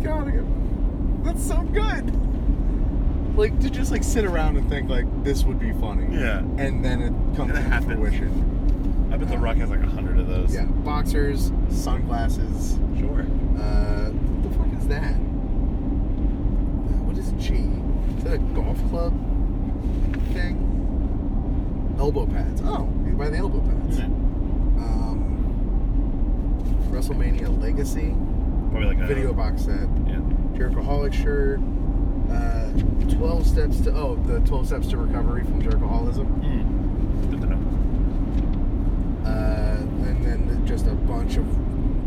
S2: Gotta give it up. That's so good. Like to just like sit around and think like this would be funny.
S1: Yeah.
S2: And then it comes
S1: And it
S2: to
S1: happens.
S2: fruition.
S1: I bet The Rock has like a hundred of those.
S2: Yeah. Boxers, sunglasses.
S1: sure.
S2: Uh, what the fuck is that? Uh, what is G? Is that a golf club thing? Elbow pads. Oh, you buy the elbow pads.
S1: Yeah.
S2: Um, WrestleMania Legacy
S1: Probably like a
S2: video box set,
S1: Yeah.
S2: Jerichoholic shirt, uh, 12 steps to oh the 12 steps to recovery from Jerichoholism,
S1: Mm. Good to know.
S2: uh, and then just a bunch of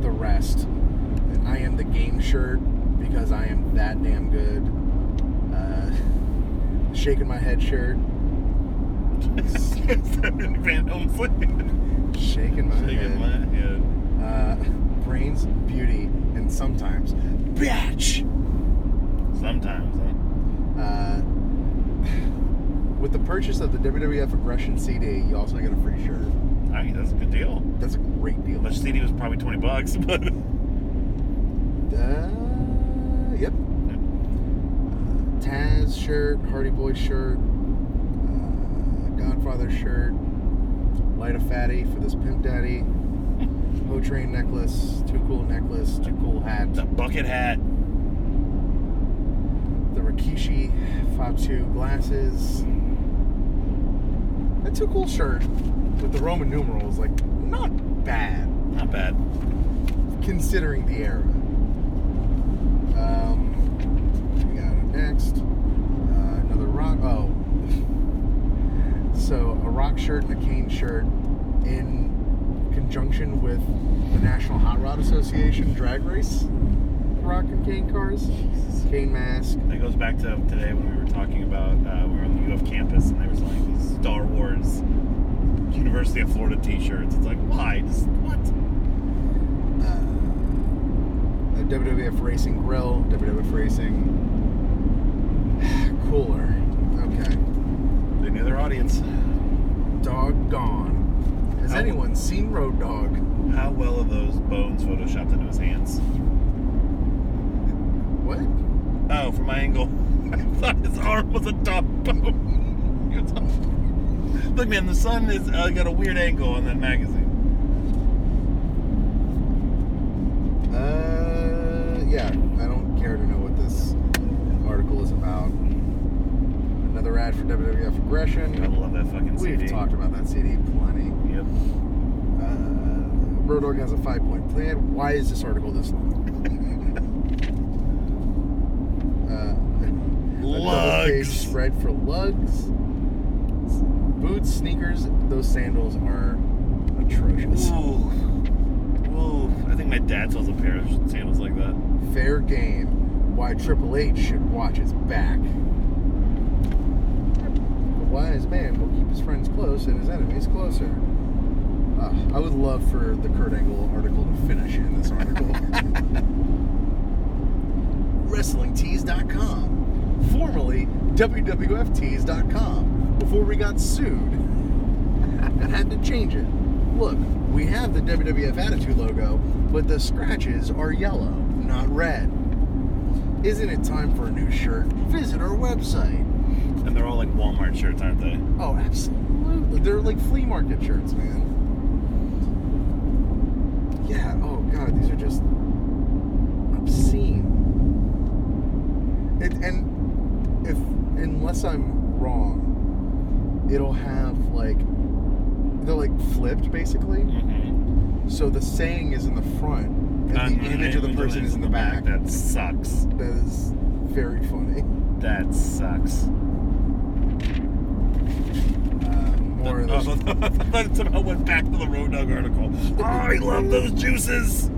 S2: the rest. And I am the game shirt because I am that damn good. Uh, shaking my head shirt,
S1: Van Helmsley.
S2: shaking my
S1: Shaking
S2: head.
S1: my head.
S2: Uh, brains, beauty, and sometimes bitch.
S1: Sometimes, huh?
S2: Uh, with the purchase of the WWF Aggression CD, you also get a free shirt.
S1: I mean, that's a good deal.
S2: That's a great deal.
S1: The CD was probably 20 bucks, but.
S2: Uh, yep. Uh, Taz shirt, Hardy Boy shirt, uh, Godfather shirt, Light a Fatty for this Pimp Daddy, Ho Train necklace, Too Cool necklace, Too Cool hat,
S1: The bucket hat.
S2: the Rikishi Fatu glasses. That Too Cool shirt with the Roman numerals, like, not bad.
S1: Not bad.
S2: considering the era. Um, we got it next. Uh, another rock. Oh, so a rock shirt and a cane shirt in conjunction with the National Hot Rod Association drag race, rock and cane cars, cane mask.
S1: That goes back to today when we were talking about uh, we were on the U of campus and there was like these Star Wars University of Florida T-shirts. It's like why? Just what?
S2: uh, a WWF Racing Grill, WWF Racing Cooler. Okay.
S1: They knew their audience.
S2: Doggone. Has
S1: How-
S2: anyone seen Road Dog?
S1: How well are those bones photoshopped into his hands?
S2: What?
S1: Oh, from my angle, I thought his arm was a top bone. He was off. Look, man, the sun is uh, got a weird angle on that magazine.
S2: Uh, yeah, I don't care to know what this article is about. Another ad for WWF
S1: I
S2: Aggression.
S1: love that fucking CD.
S2: We've talked about that CD plenty.
S1: Yep.
S2: Uh, Road Dog has a five point plan. Why is this article this long? uh, a double-page
S1: Lugs.
S2: spread for lugs. Boots, sneakers, those sandals are atrocious.
S1: Ooh. Ooh. I think my dad sells a pair of sandals like that.
S2: Fair game. Why Triple H should watch his back. The wise man will keep his friends close and his enemies closer. Ah, I would love for the Kurt Angle article to finish in this article. WrestlingTees.com, formerly WWFTees.com, before we got sued and had to change it. Look, we have the WWF Attitude logo, but the scratches are yellow, not red. Isn't it time for a new shirt? Visit our website.
S1: And they're all like Walmart shirts, aren't they?
S2: Oh, absolutely. They're like flea market shirts, man. Yeah, oh god, these are just obscene. It, and if unless I'm wrong, it'll have like they're like flipped basically.
S1: Mm-hmm.
S2: So the saying is in the front, and the
S1: Uh-huh.
S2: image of the person is in the back.
S1: That sucks.
S2: That is very funny.
S1: That sucks.
S2: Uh, more
S1: I
S2: of those.
S1: thought- I thought it somehow went back to the Road Dog article. Oh, I love those juices. uh,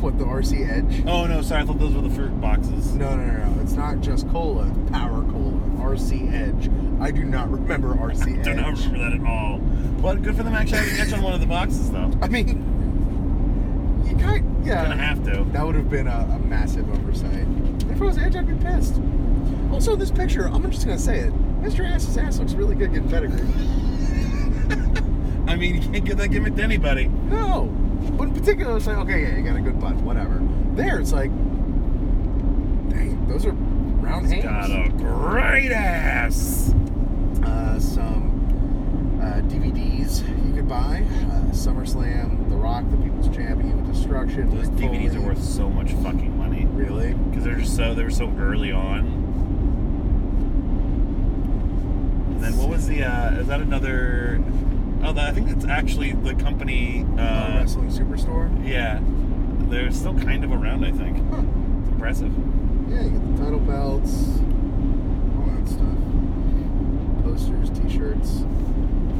S2: What the RC Edge?
S1: Oh no, sorry, I thought those were the fruit boxes.
S2: No, no, no, no. It's not just cola. Power cola. RC Edge. I do not remember RC Edge.
S1: Do not remember that at all. But good for them actually having catch on one of the boxes though.
S2: I mean, you kind.
S1: Gonna
S2: Yeah.
S1: have to.
S2: That would have been a, a massive oversight. If I was Edge, I'd be pissed. Also, this picture. I'm just gonna say it. Mr. Ass's ass looks really good getting pedigree.
S1: I mean, you can't give that gimmick to anybody.
S2: No. But in particular, it's like, okay, yeah, you got a good butt, whatever. There, it's like, dang, those are round
S1: He's got
S2: hands.
S1: a great ass.
S2: Uh, some uh, DVDs you could buy uh, SummerSlam, The Rock, The People's Champion, Evil Destruction.
S1: Those
S2: Mick
S1: DVDs are
S2: Foley.
S1: worth so much fucking money
S2: Really?
S1: because they're just so they were so early on. And then what was the? uh Is that another? Oh, that, I think that's actually the company. Uh,
S2: Uh, Wrestling Superstore?
S1: yeah, they're still kind of around. I think
S2: Huh.
S1: it's impressive.
S2: Yeah, you get the title belts, all that stuff. Posters, t-shirts.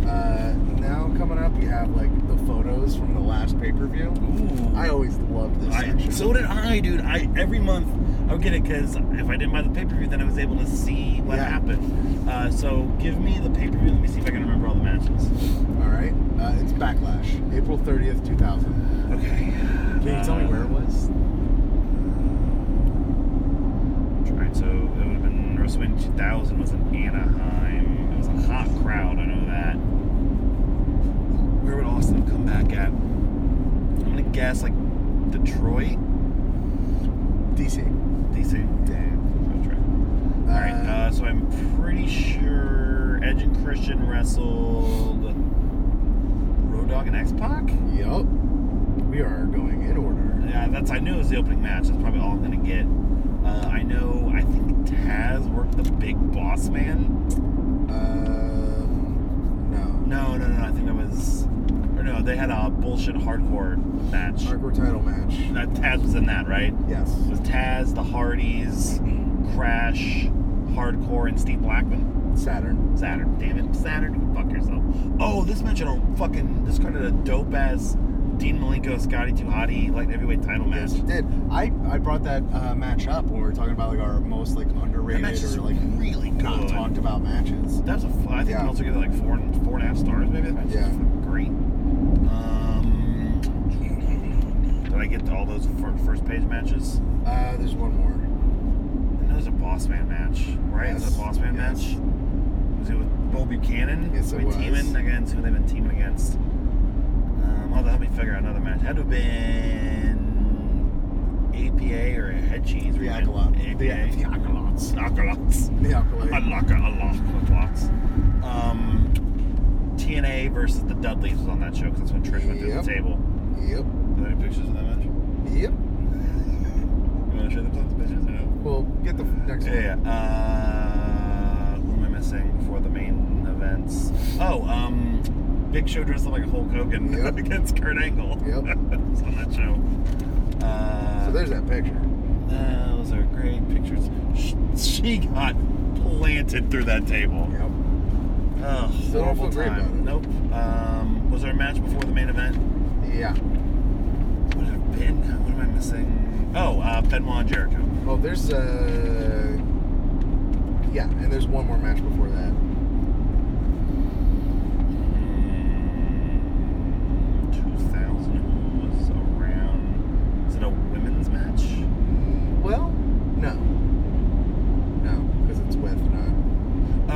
S2: Uh, now coming up, you have like the photos from the last pay-per-view.
S1: Ooh.
S2: I always loved this
S1: I,
S2: section.
S1: so did I, dude. I every month I would get it because if I didn't buy the pay per view, then I was able to see what
S2: Yeah.
S1: happened. Uh, so give me the pay per view. Let me see if I can remember all the matches.
S2: All right, uh, it's Backlash, April thirtieth, two thousand.
S1: Okay.
S2: Can you tell me where it was?
S1: All right, so it would have been WrestleMania 2000 was in Anaheim. It was a hot crowd. I know that. Where would Austin have come back at? I'm gonna guess like Detroit,
S2: DC.
S1: DC. Damn. That's right. All right, uh, so I'm pretty sure Edge and Christian wrestled Road Dogg and X Pac.
S2: yup. We are going in order.
S1: Yeah, that's I knew it was the opening match. That's probably all I'm gonna get. Uh, I know. I think Taz worked the Big Boss Man.
S2: Um, no.
S1: No, no, no. I think that was. Or no, they had a bullshit hardcore match.
S2: Hardcore title match.
S1: That Taz was in that, right?
S2: Yes.
S1: It was Taz, the Hardys, Crash, Hardcore, and Steve Blackman.
S2: Saturn.
S1: Saturn. Damn it, Saturn. Fuck yourself. Oh, this mentioned a fucking discarded a dope ass Dean Malenko Scotty Tuhati light heavyweight title match.
S5: Yes, you did.
S2: I, I brought that uh, match up when we were talking about like our most like
S1: That
S2: underrated
S1: match is
S2: or like
S1: really good.
S2: not talked about matches.
S1: That was a fu- I think
S2: Yeah.
S1: yeah. also gave it like four and four and a half stars maybe. That match was
S2: Yeah.
S1: fucking great. Um, did I get to all those fir- first page matches?
S2: Uh, there's one more.
S1: And there's a boss man match, right? It was
S2: Yes,
S1: a boss man
S2: yes.
S1: match. Was it with Bo Buchanan?
S2: Yes, it
S1: Were they
S2: was.
S1: Teaming against who they've been teaming against. Um, I'll help me figure out another match. Had to have been APA or Head Cheese.
S2: The
S1: right?
S2: Acolyte.
S1: APA.
S2: The, the Acolytes.
S1: Acolytes.
S2: The Acolyte.
S1: Unlock, unlock, unlocks. Um, TNA versus the Dudleys was on that show because that's when Trish went through
S2: Yep.
S1: the table.
S2: Yep.
S1: Are there any pictures of that match? You
S2: Yep.
S1: want to show them the pictures or no?
S5: Well, get the next one.
S1: Yeah. yeah. Uh, what am I missing before the main events? Oh, um, Big Show dressed up like Hulk Hogan
S2: Yep.
S1: against Kurt Angle.
S2: Yep.
S1: It was on that show. Uh,
S2: So there's that picture.
S1: those are great pictures. Sh- She got planted through that table.
S2: Yep.
S1: Oh,
S2: Still don't
S1: horrible
S2: feel great
S1: time.
S2: about it.
S1: Nope. Um, was there a match before the main event?
S2: Yeah.
S1: What have it been? What am I missing? Oh, uh, Benoit and Jericho.
S2: Well, there's uh yeah, and there's one more match before that.
S1: Mm, 2000 was around. Is it a women's match?
S2: Well, no, no, because it's with not.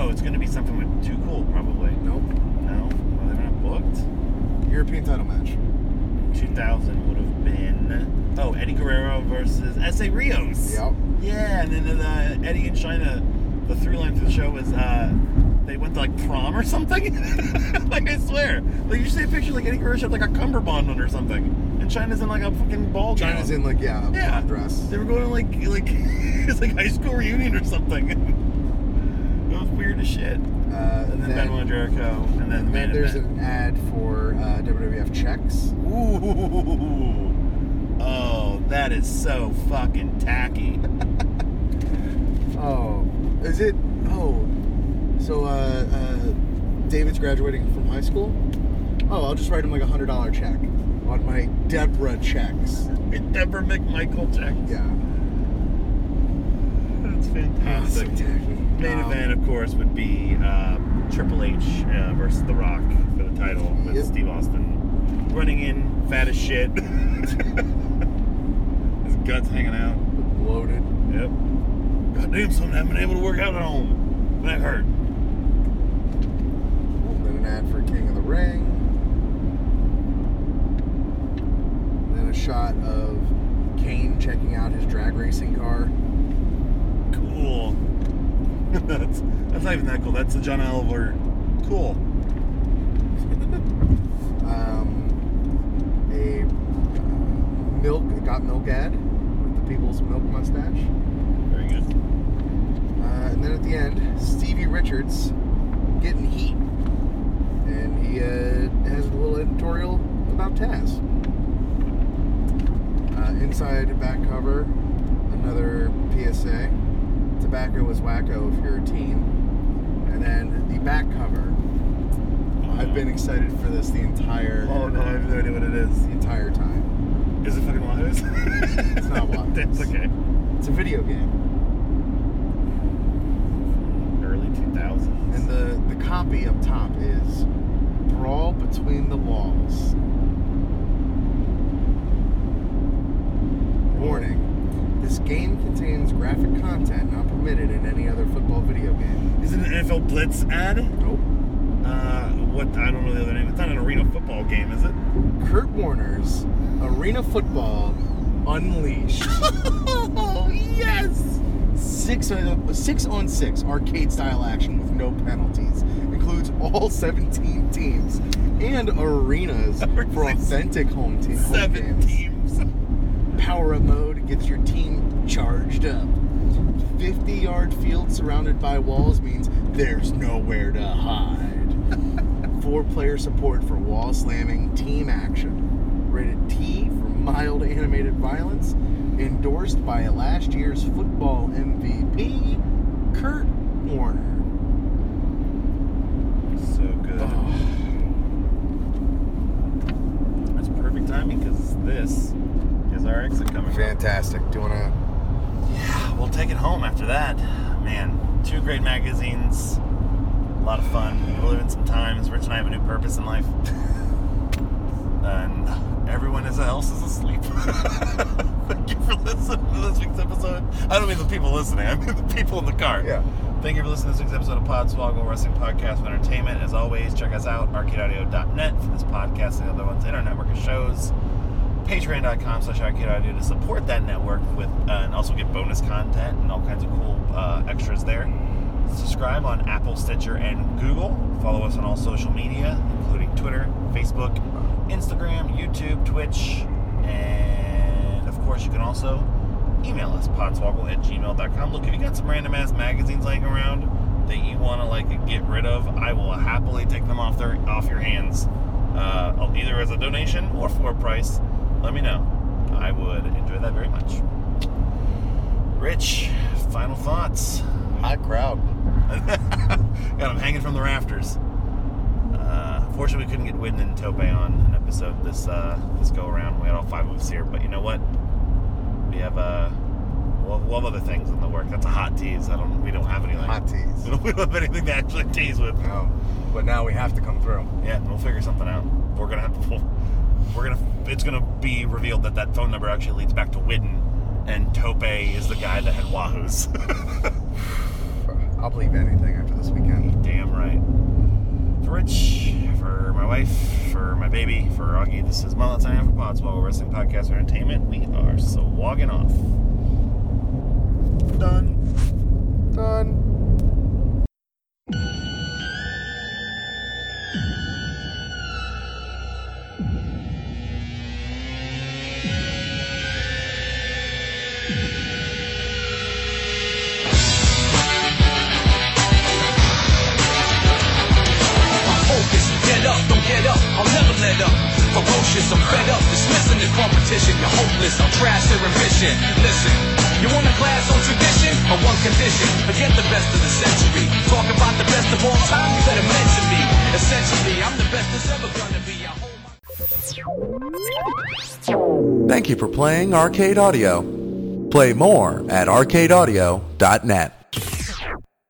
S1: Oh, it's going to be something with Too Cool, probably.
S2: Nope.
S1: No? Well, they're not booked.
S2: European title match.
S1: 2000 would have been. Oh, Eddie Guerrero versus S.A. Rios.
S2: Yep.
S1: Yeah, and then uh, Eddie and China, the through line for the show was uh, they went to like prom or something. like I swear, like you see a picture like Eddie Guerrero had like a cummerbund on or something, and China's in like a fucking ball gown.
S2: China's in like yeah, a
S1: yeah
S2: blonde dress.
S1: They were going to like like it's like high school reunion or something. it was weird as shit.
S2: Uh,
S1: And then, Benoit and Jericho, and then the
S2: and
S1: main
S2: there's
S1: event.
S2: an ad for uh, WWF checks.
S1: Ooh. Oh, that is so fucking tacky.
S2: Oh, is it? Oh, so uh, uh, David's graduating from high school. Oh, I'll just write him like a hundred dollar check on my Deborah checks.
S1: Deborah McMichael check.
S2: Yeah.
S1: That's fantastic. Main
S2: Um,
S1: event, of course, would be uh, Triple H uh, versus The Rock for the title with
S2: Yep.
S1: Steve Austin running in, fat as shit. His guts hanging out.
S2: Loaded.
S1: Yep. Goddamn, son, I haven't been able to work out at home. That hurt.
S2: Then an ad for King of the Ring. Then a shot of Kane checking out his drag racing car.
S1: Cool. that's, that's not even that cool. That's the John Oliver. Cool.
S2: Um, a uh, milk got milk ad with the people's milk mustache.
S1: Very good.
S2: Uh, and then at the end, Stevie Richards getting heat, and he uh, has a little editorial about Taz. Uh, inside back cover, another PSA. Tobacco is wacko if you're a teen. And then the back cover. I've been excited for this the entire
S1: Oh no, I have no idea what it is.
S2: the entire time.
S1: Is it fucking Wahoo's? it's
S2: not Wahoo's.
S1: That's okay.
S2: It's a video game,
S1: Early 2000s.
S2: and the the copy up top is "Brawl Between the Walls." Warning: This game contains graphic content not permitted in any other football video game.
S1: Is it an NFL Blitz ad?
S2: Nope.
S1: Uh, what? I don't know the other name. It's not an arena football game, is it?
S2: Kurt Warner's Arena Football Unleashed.
S1: Oh yes!
S2: six on, six on six arcade style action with no penalties. Includes all 17 teams and arenas for authentic home team home
S1: Seven
S2: games.
S1: teams.
S2: Power up mode gets your team charged up. 50 yard field surrounded by walls means there's nowhere to hide. Four player support for wall slamming team action. Rated T for mild animated violence. Endorsed by last year's football MVP, Kurt Warner.
S1: So good.
S2: Oh,
S1: exit coming from.
S2: Fantastic. Do you want to?
S1: Yeah, we'll take it home after that. Man, two great magazines. A lot of fun. We're living some times. Rich and I have a new purpose in life. and everyone is- else is asleep. Thank you for listening to this week's episode. I don't mean the people listening, I mean the people in the car.
S2: Yeah.
S1: Thank you for listening to this week's episode of Podswoggle Wrestling Podcast for Entertainment. As always, check us out, arcadeaudio.net for this podcast and the other ones in our network of shows. Patreon.com slash arcadeaudio to support that network with uh, and also get bonus content and all kinds of cool uh, extras there. Subscribe on Apple, Stitcher, and Google. Follow us on all social media, including Twitter, Facebook, Instagram, YouTube, Twitch, and of course you can also email us podswoggle at gmail.com look if you got some random ass magazines laying around that you want to like get rid of i will happily take them off their off your hands uh, either as a donation or for a price let me know i would enjoy that very much rich final thoughts
S6: Hot crowd.
S1: got him hanging from the rafters uh, fortunately we couldn't get Widden and Tope on an episode this uh, this go around we had all five of us here but you know what we have uh, we'll, we'll have other things in the work. That's a hot tease. I don't. We don't have anything.
S2: Hot tease.
S1: We don't, we don't have anything to actually tease with.
S2: No. But now we have to come through.
S1: Yeah, we'll figure something out. We're gonna have to. We'll, we're gonna. It's gonna be revealed that that phone number actually leads back to Widden, and Tope is the guy that had Wahoos.
S2: I'll believe anything after this weekend.
S1: Damn right. For Rich, for my wife, for my baby, for Augie, this is Mullet Time for Podswoggle Wrestling Podcast for Entertainment. We are so wogging off. Done.
S2: Done.
S7: focus. Get up, don't get up. I'll never let up. Ferocious, I'm fed up. Dismissing the competition. You're hopeless. I'll trash their ambition. Listen, you want a class on tradition? On one condition. Forget the best of the century. Talk about the best of all time. You better mention me. Essentially, I'm the best there's ever gonna be. I hold my-
S8: Thank you for playing Arcade Audio. Play more at arcadeaudio.net.